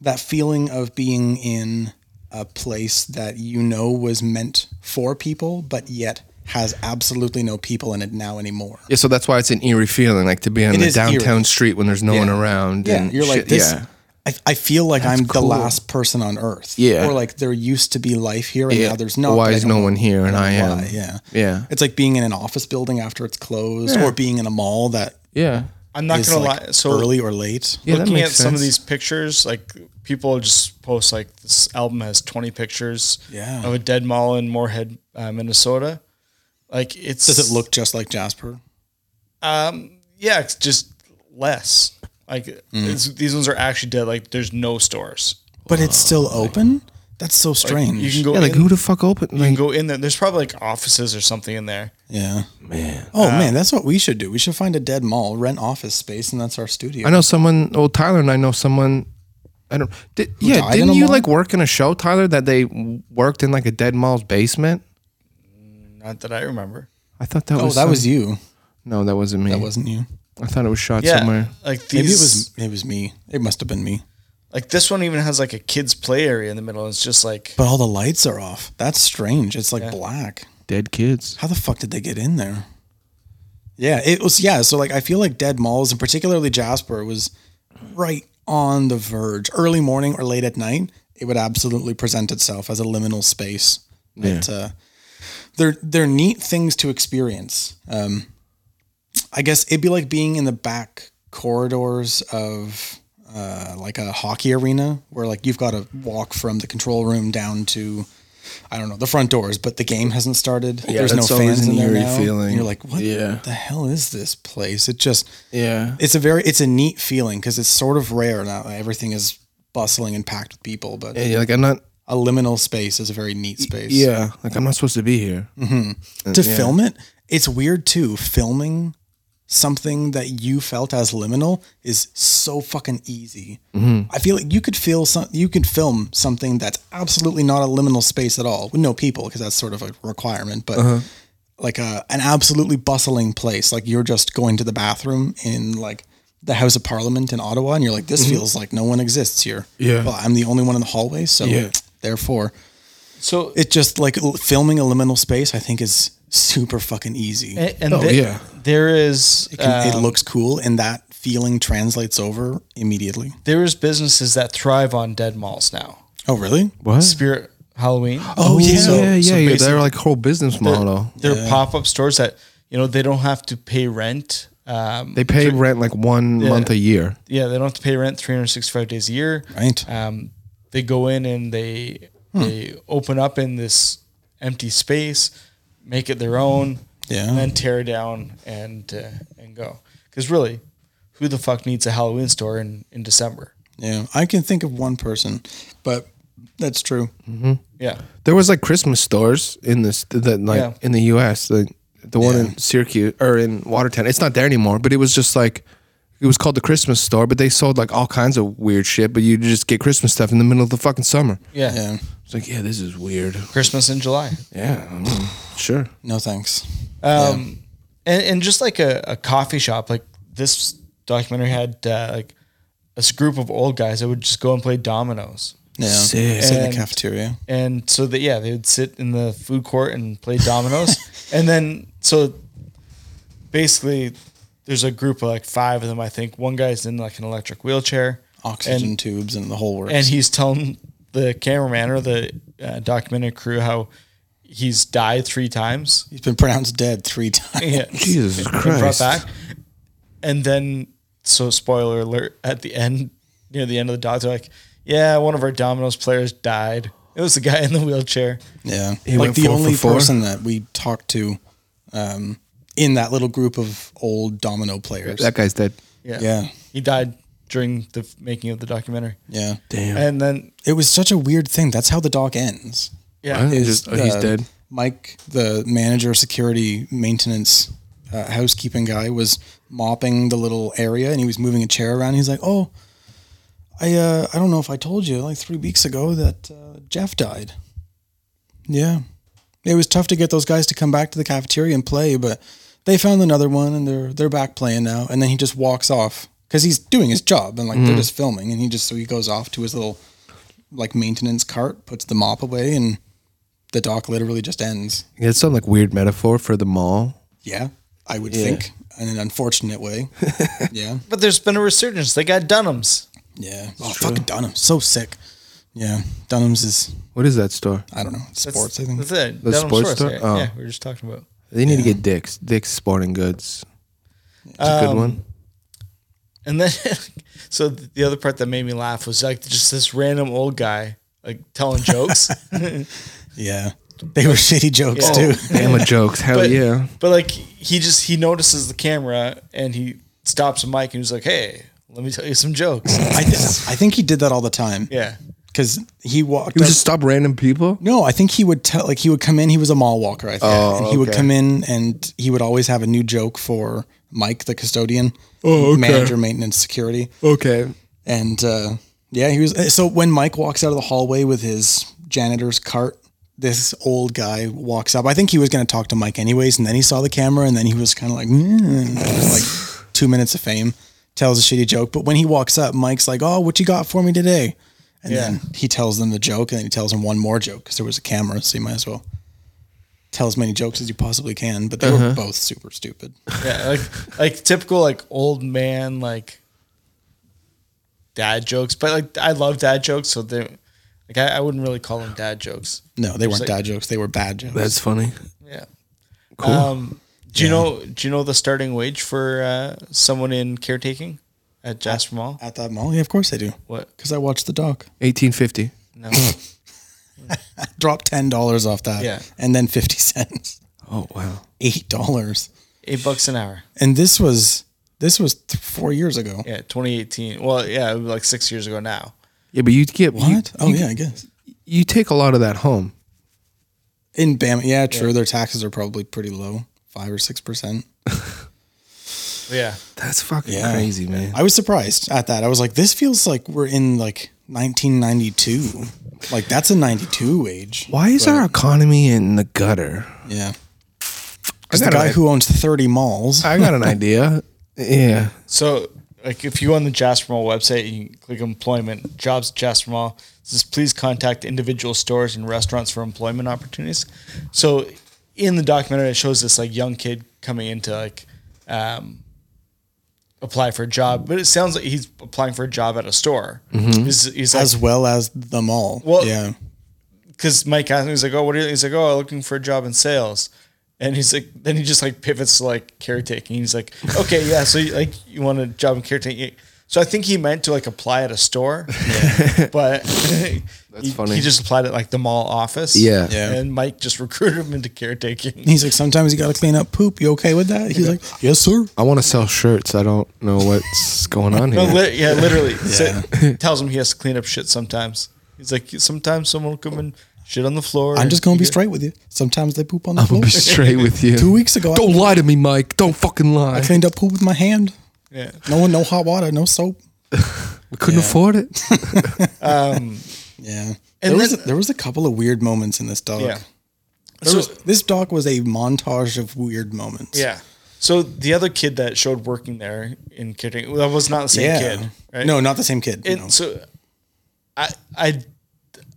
that feeling of being in a place that you know was meant for people, but yet has absolutely no people in it now anymore. Yeah, so that's why it's an eerie feeling, like to be on It the is eerie. downtown street when there's no one around. Yeah, and you're like shit. this. Yeah. I, I feel like I'm the cool. last person on Earth. Yeah. or like there used to be life here, and Yeah. now there's not. Why but I is don't no know one here and I am? why. Yeah, Yeah. It's like being in an office building after it's closed, or being in a mall that Yeah. I'm not is, gonna like, lie. So early or late. Yeah, that looking at makes some of sense. these pictures, like people just post like this album has 20 pictures Yeah. of a dead mall in Moorhead, uh, Minnesota. Like it's Does it look just like Jasper? yeah, it's just less. Like Mm. it's, these ones are actually dead. Like there's no stores. But it's still open. That's so strange. You can go Yeah, like in, who the fuck opened? you can Like, go in there. There's probably like offices or something in there. yeah. man. Uh, Oh man, that's what we should do. We should find a dead mall, rent office space, and that's our studio. I know someone. Well, Tyler and I know someone. I don't. Did, yeah, died in didn't a you mall? like work in a show, Tyler, that they w- worked in like a dead mall's basement? Not that I remember. I thought that Oh, was. that some- was you. No, that wasn't me. That wasn't you. I thought it was shot Yeah, somewhere. like these. Maybe it was. It was me. It must have been me. like this one even has like a kids play area in the middle. It's just like But all the lights are off. That's strange. It's like black. Dead kids. How the fuck did they get in there? Yeah, it was. Yeah, so like I feel like dead malls, and particularly Jasper, was right on the verge. Early morning or late at night, it would absolutely present itself as a liminal space. That uh, they're they're neat things to experience. Um, I guess it'd be like being in the back corridors of uh, like a hockey arena where like you've got to walk from the control room down to I don't know the front doors, but the game hasn't started. There's no that's always fans an in there eerie now. feeling. And you're like, what Yeah. the hell is this place? It just Yeah. it's a very it's a neat feeling because it's sort of rare now. Everything is bustling and packed with people, but Yeah, you're like I'm not. a liminal space is a very neat space. Yeah, like I'm not supposed to be here. to film it, it's weird too. Filming something that you felt as liminal is so fucking easy. Mm-hmm. I feel like you could feel some, you could film something that's absolutely not a liminal space at all with no people because that's sort of a requirement, but. Uh-huh. Like a an absolutely bustling place, like you're just going to the bathroom in like the House of Parliament in Ottawa, and you're like, this feels like no one exists here. Mm-hmm. Yeah. well, I'm the only one in the hallway, so Yeah. therefore, so. it just like l- filming a liminal space i think is super fucking easy it, and Oh, the- yeah. there is uh, can, it looks cool and that feeling translates over immediately there is businesses that thrive on dead malls now. oh really What? Spirit Halloween. oh yeah Yeah, yeah, so yeah. basically- They're like whole business model. They're pop up stores that you know they don't have to pay rent. Um, They pay rent like one month a year. Yeah, they don't have to pay rent 365 days a year. Right. Hmm. Um, they go in and they they open up in this empty space, make it their own, Yeah. and then tear down and uh, and go. Because really, who the fuck needs a Halloween store in in December? Yeah, I can think of one person, but that's true. Yeah, There was like Christmas stores in this that like Yeah. in the U.S. Like the one in Syracuse or in Watertown. It's not there anymore, but it was just like it was called the Christmas store. But they sold like all kinds of weird shit. But you just get Christmas stuff in the middle of the fucking summer. yeah. Yeah, It's like yeah, this is weird. Christmas in July. Yeah, I mean, sure. no thanks. Um, and, and just like a, a coffee shop, like this documentary had uh, like a s- group of old guys that would just go and play dominoes. Yeah, sit in And- the cafeteria. And so that yeah, they would sit in the food court and play dominoes. and then so basically there's a group of like five of them, I think. One guy's in like an electric wheelchair. Oxygen And, tubes and the whole works. and he's telling the cameraman or the uh, documentary crew how he's died three times. He's been pronounced dead three times. Yeah. Jesus and brought Christ. back. And then, so spoiler alert, at the end, near the end of the doc, they're like, yeah, one of our Domino's players died. It was the guy in the wheelchair. Yeah. went like the four for only four? person that we talked to um, in that little group of old domino players. That guy's dead. Yeah. Yeah. He died during the f- making of the documentary. yeah. And then, It was such a weird thing. That's how the doc ends. yeah. He's just- oh, he's uh, dead. Mike, the manager, security, maintenance, uh, housekeeping guy, was mopping the little area, and he was moving a chair around. He's like, "Oh, I uh, I don't know if I told you like three weeks ago that uh, Jeff died." Yeah, it was tough to get those guys to come back to the cafeteria and play, but they found another one, and they're they're back playing now. And then he just walks off because he's doing his job, and like Mm. they're just filming, and he just so he goes off to his little like maintenance cart, puts the mop away, and the doc literally just ends. Yeah, it's some like weird metaphor for the mall. Yeah, I would think in an unfortunate way. yeah, But there's been a resurgence. They got Dunham's. yeah. Oh, fucking Dunham, so sick. Yeah, Dunham's is What is that store? I don't know sports. I think That's it. The Dunham's sports Sports. store? Yeah, Oh. yeah, we were just talking about. They need to get Dick's. Dick's Sporting Goods. It's a good one. And then, so the other part that made me laugh was like just this random old guy like telling jokes. yeah, they were shitty jokes Yeah. too. Bama jokes. Hell but, yeah. But like he just he notices the camera and he stops the mic and he's like, "Hey, let me tell you some jokes." I, th- I think he did that all the time. yeah. because he walked. You up- just stop random people. No, I think he would tell like he would come in. He was a mall walker, I think. and he would okay. come in and he would always have a new joke for Mike, the custodian, oh, manager, maintenance, security, Okay. and uh, yeah, he was. So when Mike walks out of the hallway with his janitor's cart, this old guy walks up. I think he was going to talk to Mike anyways, and then he saw the camera, and then he was kind of like, "Mm," like two minutes of fame, tells a shitty joke. But when he walks up, Mike's like, "Oh, what you got for me today?" And Yeah. then he tells them the joke, and then he tells them one more joke because there was a camera, so you might as well tell as many jokes as you possibly can. But they Uh-huh. were both super stupid. Yeah, like like typical like old man like dad jokes, but like I love dad jokes, so they like I, I wouldn't really call them dad jokes. No, they weren't like- dad jokes; they were bad jokes. That's funny. Yeah. Cool. Um do you know do you know the starting wage for uh, someone in caretaking at Jasper Mall? at that mall, yeah, of course they do. What? Because I watched the doc. 1850. No. drop ten dollars off that, Yeah. and then fifty cents, Oh wow. eight dollars. 8 bucks an hour. And this was this was th- four years ago. Yeah, 2018. Well, yeah, it was like 6 years ago now. Yeah, but you get you- What? oh you, yeah, I guess You take a lot of that home. in Bama. Yeah, true. Their taxes are probably pretty low, five or six percent. Yeah. That's fucking Yeah. crazy, man. I was surprised at that. I was like, this feels like we're in like 1992. Like that's a 92 wage. Why is our economy in the gutter? Yeah. I Because the got, guy an, who owns 30 malls. I got an idea. Yeah. So, like, if you go on the Jasper Mall website, you click employment, jobs at Jasper Mall. It says, please contact individual stores and restaurants for employment opportunities. So, in the documentary, it shows this like young kid coming in to like um, apply for a job, but it sounds like he's applying for a job at a store. He's, he's like, as well as the mall. Well- yeah. because Mike asked me, he's like, "Oh, what are you?" He's like, "Oh, I'm looking for a job in sales." And he's like, then he just like pivots to like caretaking. He's like, okay, yeah, so you, like you want a job in caretaking. So I think he meant to like apply at a store, but he, funny. he just applied at like the mall office. Yeah. Yeah. And Mike just recruited him into caretaking. He's like, sometimes you got to clean up poop. You okay with that? He's like, yes, sir. I want to sell shirts. I don't know what's going on No, here. lit yeah, literally. So- tells him he has to clean up shit sometimes. He's like, sometimes someone will come and shit on the floor. I'm just going to be You get- straight with you. Sometimes they poop on the I'm gonna floor. be straight with you. Two weeks ago, I- Don't lie to me, Mike. Don't fucking lie. I cleaned up poop with my hand. Yeah. No one, no hot water, no soap. we couldn't afford it. Yeah. And there, was a, then- there was a couple of weird moments in this doc. Yeah. There So- was, this doc was a montage of weird moments. Yeah. So the other kid that showed working there in caretaking, well, that was not the same Yeah. kid. Right? No, not the same kid. And no. so I I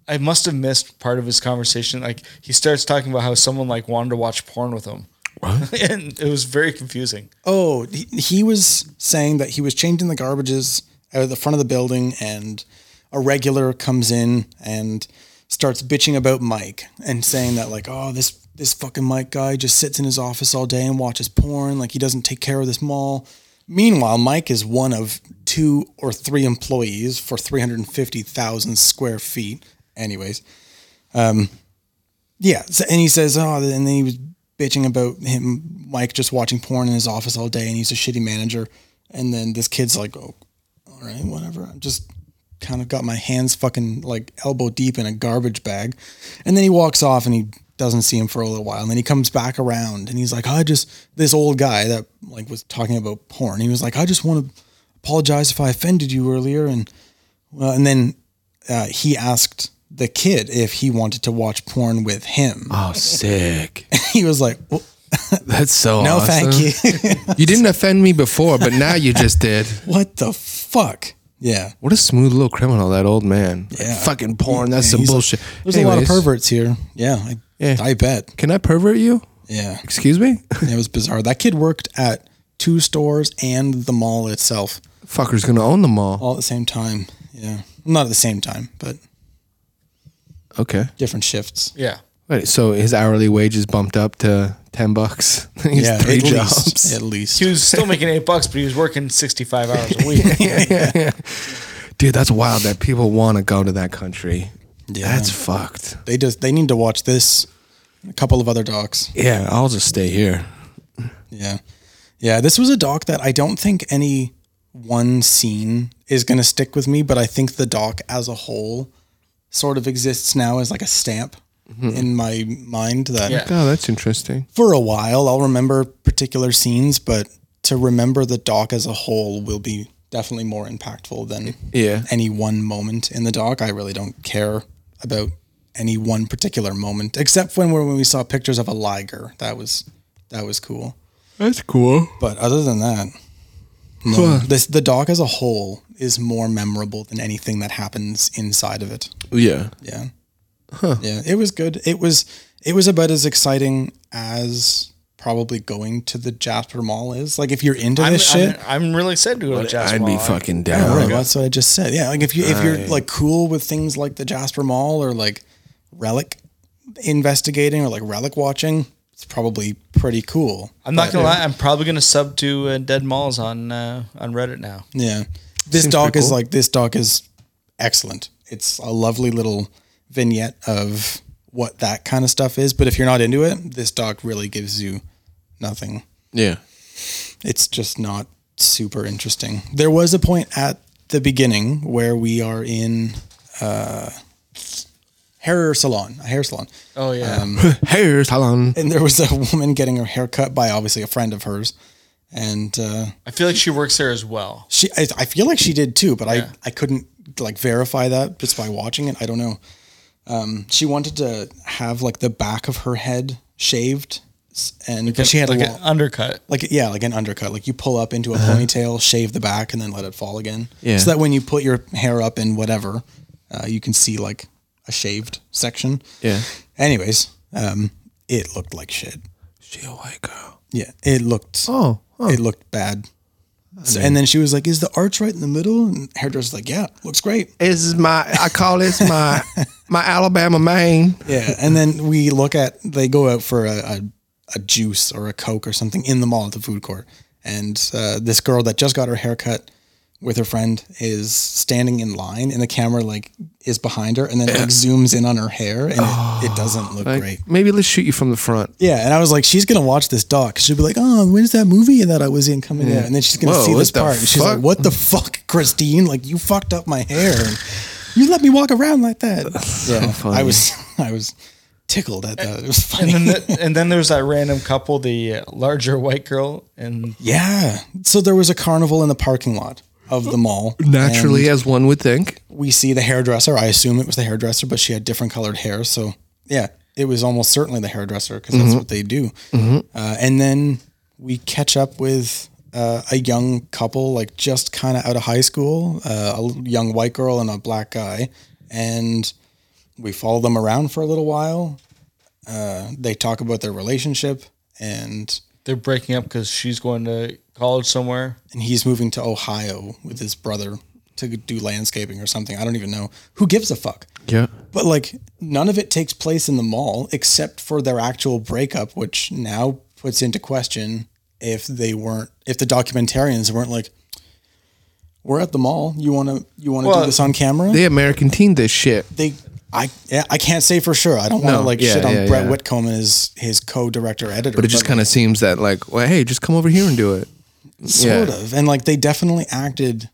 I must have missed part of his conversation. Like he starts talking about how someone like wanted to watch porn with him. and it was very confusing. Oh, he, he was saying that he was changing the garbages out of the front of the building, and a regular comes in and starts bitching about Mike and saying that like, oh, this this fucking Mike guy just sits in his office all day and watches porn. Like he doesn't take care of this mall. Meanwhile, Mike is one of two or three employees for three hundred and fifty thousand square feet. Anyways, yeah, so, and he says, oh, and then he was bitching about him, Mike, just watching porn in his office all day, and he's a shitty manager. And then this kid's like, oh, all right, whatever. I'm just kind of got my hands fucking like elbow deep in a garbage bag. And then he walks off and he doesn't see him for a little while. And then he comes back around and he's like, I just, this old guy that like was talking about porn, he was like, I just want to apologize if I offended you earlier. And, well, and then uh, he asked the kid if he wanted to watch porn with him Oh, sick. he was like, well, That's so. "No, awesome. thank you." You didn't offend me before, but now you just did. what the fuck? Yeah, What a smooth little criminal, that old man. Like, Yeah. fucking porn. That's Yeah, some he's a- bullshit. there's a lot of Anyways, perverts here. Yeah, I, Yeah. I bet. Can I pervert you? Yeah, Excuse me? it was bizarre. That kid worked at two stores and the mall itself Fucker's gonna own them all. all at the same time. Yeah, not at the same time, but Okay. different shifts. Yeah. Wait, so his hourly wage is bumped up to ten bucks. He's yeah, three at jobs. least at least. He was still making eight bucks, but he was working sixty five hours a week. Dude, that's wild that people want to go to that country. Yeah. That's fucked. They just they need to watch this. and A couple of other docs. Yeah, I'll just stay here. Yeah, yeah. This was a doc that I don't think any one scene is going to stick with me, but I think the doc as a whole sort of exists now as like a stamp in my mind that Yeah. Oh, that's interesting. for a while I'll remember particular scenes, but to remember the doc as a whole will be definitely more impactful than Yeah. any one moment in the doc. I really don't care about any one particular moment, except when we when we saw pictures of a liger. That was that was cool. That's cool. But other than that, no. this the doc as a whole is more memorable than anything that happens inside of it. Yeah. Yeah. Yeah. It was good. It was it was about as exciting as probably going to the Jasper Mall is. Like if you're into I'm, this shit. I'm, I'm really excited to go to Jazz I'd be Mall. fucking Yeah, down. right, that's what I just said. Yeah, like if you if you're like cool with things like the Jasper Mall or like relic investigating or like relic watching, it's probably pretty cool. I'm not gonna lie. I'm probably gonna sub to uh, Dead Malls on uh, on Reddit now. Yeah. This Seems doc pretty is cool. like this doc is excellent. It's a lovely little vignette of what that kind of stuff is, but if you're not into it, this doc really gives you nothing. Yeah. It's just not super interesting. There was a point at the beginning where we are in uh hair salon, a hair salon. Oh yeah. Um, Here's how long. And there was a woman getting her hair cut by obviously a friend of hers. And uh I feel like she works there as well. She, I, I feel like she did too, but I, I couldn't like verify that just by watching it. I don't know. Um, she wanted to have like the back of her head shaved, s- and but she had like like, an undercut. like yeah, like an undercut. Like you pull up into a ponytail, shave the back, and then let it fall again. Yeah. So that when you put your hair up in whatever, uh, you can see like a shaved section. Yeah. Anyways, um, it looked like shit. She a white girl. Yeah, it looked Oh. huh. it looked bad. So- and then she was like, "Is the arch right in the middle?" And hairdresser's like, "Yeah, looks great." This is my. I call this my my Alabama main. Yeah. And then we look at they go out for a, a, a juice or a coke or something in the mall at the food court. And uh, this girl that just got her haircut with her friend is standing in line, and the camera like is behind her, and then like zooms in on her hair, and it, it doesn't look Like, great. Maybe let's shoot you from the front. Yeah, and I was like, she's gonna watch this doc. She'll be like, "Oh, when's that movie that I was in coming out?" And then she's gonna Hmm. Whoa, see what this the part. And she's like, fuck? "What the fuck, Christine? Like, you fucked up my hair. And you let me walk around like that." Yeah, I was, I was tickled at that. It was funny. And then, and then there's that random couple, the uh, larger white girl and yeah. So there was a carnival in the parking lot of the mall. Naturally, as one would think. we see the hairdresser. I assume it was the hairdresser, but she had different colored hair. So yeah, it was almost certainly the hairdresser because that's what they do. Uh, and then we catch up with uh, a young couple, like just kind of out of high school, uh, a l- young white girl and a black guy, and we follow them around for a little while. Uh, they talk about their relationship and. they're breaking up because she's going to college somewhere. and he's moving to Ohio with his brother to do landscaping or something. I don't even know. Who gives a fuck? Yeah. But like none of it takes place in the mall except for their actual breakup, which now puts into question if they weren't if the documentarians weren't like we're at the mall. You want to you want to Well, do this on camera? They, They American team this shit. I yeah, I can't say for sure. I don't want to No, like yeah, shit on yeah, Brett yeah. Whitcomb and his his co-director editor. But it just kind of seems that like, well, hey, just come over here and do it. sort Yeah. of and like they definitely acted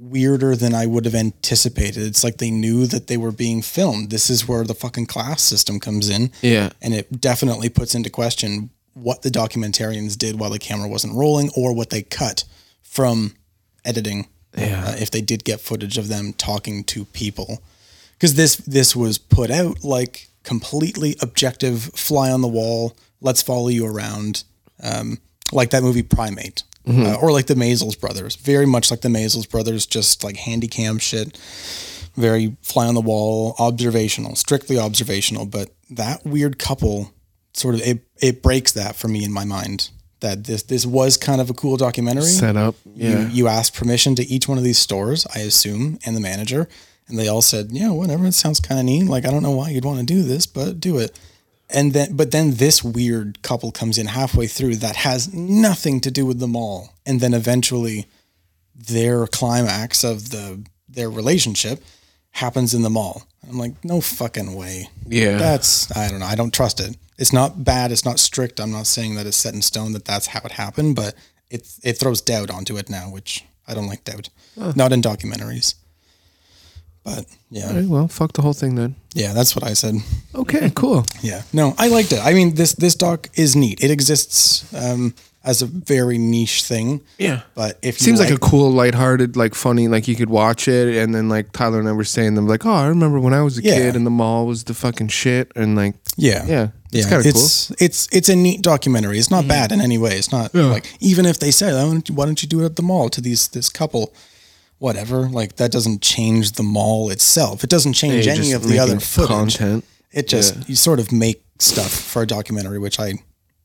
weirder than i would have anticipated it's like they knew that they were being filmed this is where the fucking class system comes in Yeah. and it definitely puts into question what the documentarians did while the camera wasn't rolling or what they cut from editing uh, if they did get footage of them talking to people because this this was put out like completely objective fly on the wall let's follow you around um, like that movie primate uh, or like the Maisels brothers very much like the Maisels brothers just like handy cam shit very fly on the wall, observational, strictly observational. But that weird couple sort of it it breaks that for me in my mind that this this was kind of a cool documentary. Set up. You, Yeah. you asked permission to each one of these stores, I assume, and the manager, and they all said, "Yeah, whatever. It sounds kind of neat. Like I don't know why you'd want to do this, but do it." And then, but then this weird couple comes in halfway through that has nothing to do with the mall, and then eventually, their climax of the their relationship happens in the mall. I'm like, no fucking way. Yeah. That's I don't know. I don't trust it. It's not bad. It's not strict. I'm not saying that it's set in stone that that's how it happened, but it it throws doubt onto it now, which I don't like doubt. Not in documentaries. But yeah, All right, well, fuck the whole thing then. yeah, that's what I said. Okay, cool. Yeah, no, I liked it. I mean, this this doc is neat. It exists um, as a very niche thing. Yeah. but if you Seems like, like a cool, lighthearted, like funny, like you could watch it, and then like Tyler and I were saying, them like, oh, I remember when I was a Yeah. kid and the mall was the fucking shit, and like, Yeah. Yeah. It's It's kinda cool. Mm-hmm. It's, it's it's a neat documentary. It's not bad in any way. It's not like even if they said, "Oh, why don't you do it at the mall to these this couple?" Whatever. Like that doesn't change the mall itself. It doesn't change hey, any just of the making other footage. content. It just you sort of make stuff for a documentary, which I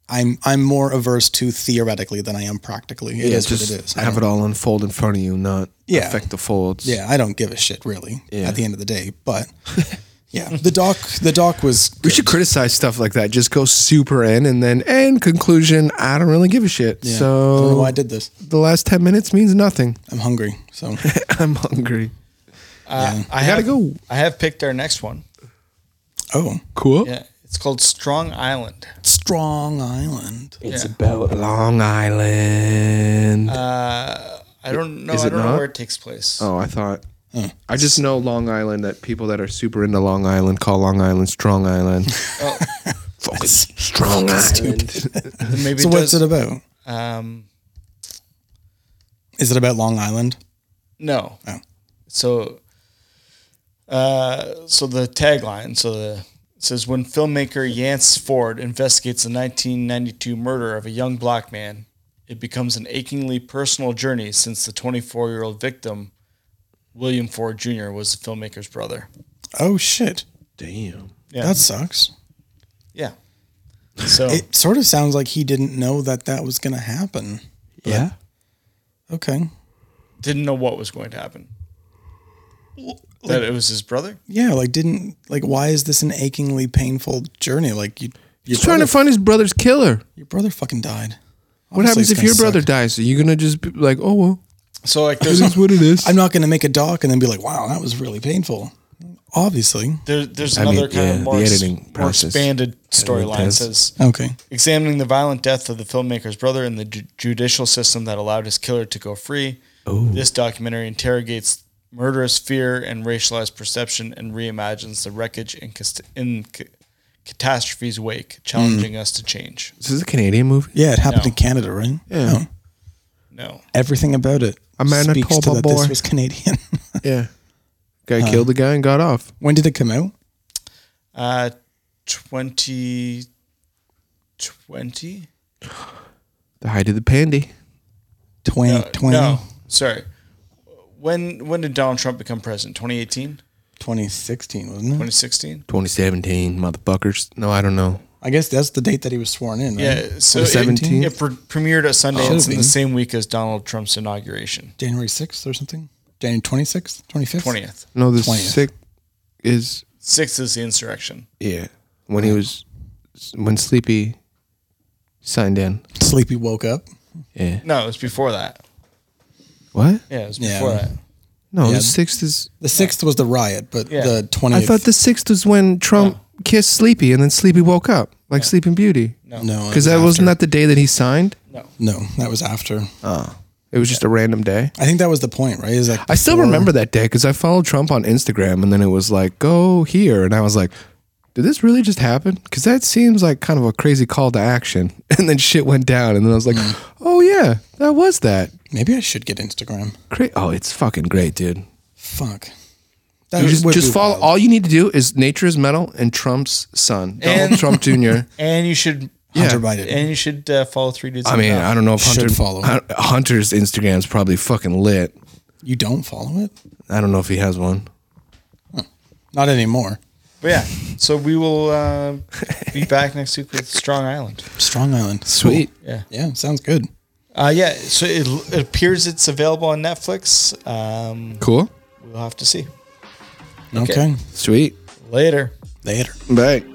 I'm I'm more averse to theoretically than I am practically. It Yeah, is just what it is. I have don't- it all unfold in front of you, not Yeah. affect the folds. yeah, I don't give a shit really at the end of the day, but yeah, the doc the doc was We should criticize stuff like that. Just go super in, and then and conclusion. I don't really give a shit. yeah. I don't know why I So did this. the last ten minutes means nothing. I'm hungry. So I'm hungry. Uh, I, gotta have, go. I have picked our next one. oh. Cool. Yeah, it's called Strong Island. Strong Island. It's about Long Island. Uh, I don't know. Is I it don't know not? where it takes place. oh, I thought. eh. I just know Long Island. That people that are super into Long Island call Long Island Strong Island. Oh, Focus. Strong Island. then maybe So it what's does, it about? um, Is it about Long Island? no. Oh. So, uh, so the tagline. So the it says when filmmaker Yance Ford investigates the 1992 murder of a young black man, it becomes an achingly personal journey since the 24-year-old victim, William Ford Jr., was the filmmaker's brother. Oh shit. Damn. Yeah. That sucks. yeah. So It sort of sounds like he didn't know that that was going to happen. Yeah. Okay. didn't know what was going to happen. That it was his brother. Yeah, like didn't like why is this an achingly painful journey? Like you Your He's trying brother, to find his brother's killer. your brother fucking died. What Honestly, happens it's if gonna your brother suck. dies? Are you gonna just be like, oh well, So like it there's is what it is? I'm not going to make a doc and then be like, wow, that was really painful. Obviously. there, there's mean, another kind yeah, of more, the ex- editing more process. expanded storyline process. says Okay. examining the violent death of the filmmaker's brother and the ju- judicial system that allowed his killer to go free. This documentary interrogates murderous fear and racialized perception and reimagines the wreckage in, cast- in ca- catastrophe's wake, challenging us to change. This is a Canadian movie. Yeah, it happened No. in Canada, right? Oh. Yeah. No. No. Everything about it A Manitoba speaks to that boy. this was Canadian. Yeah, guy killed the guy and got off. when did it come out? Uh, 2020? The height of the pandy. 2020? No, sorry. When when did Donald Trump become president? 2018? 2016, wasn't it? 2016? 2017, motherfuckers. No, I don't know. I guess that's the date that he was sworn in, right? Yeah, so it, 2017? it pre- premiered at Sundance Should've in been. the same week as Donald Trump's inauguration, January 6th or something? January 26th? 25th? 20th. No, the 20th. sick is Sixth is the insurrection. yeah. When he was when Sleepy signed in. Sleepy woke up. Yeah. No, it was before that. What? Yeah, it was Yeah. before that. No, Yeah. the sixth is. The 6th was the riot, but Yeah. the 20th. I thought the sixth was when Trump kissed Sleepy, and then Sleepy woke up like Sleeping Beauty. No. Because that wasn't that the day that he signed. No, that was after. It was just a random day. I think that was the point, right? Is like I still before- remember that day because I followed Trump on Instagram, and then it was like, "Go here," and I was like, "Did this really just happen?" Because that seems like kind of a crazy call to action. And then shit went down, and then I was like, Mm. "Oh yeah, that was that." Maybe I should get Instagram. Cra- oh, it's fucking great, dude. Fuck. That You just would just be follow. wild. All you need to do is Nature is Metal and Trump's son, Donald And- Trump Jr. And you should Hunter Yeah. Biden. and you should uh, follow three dudes. I in a mean, Knot. I don't know if Should Hunter follow. Hun- Hunter's Instagram's probably fucking lit. You don't follow it? I don't know if he has one. Not anymore. But yeah, so we will uh, be back next week with Strong Island. Strong Island. Sweet. Yeah, Yeah, sounds good. uh, yeah. So it, it appears it's available on Netflix. Um, Cool. we'll have to see Okay. Sweet. later. Later. Bye.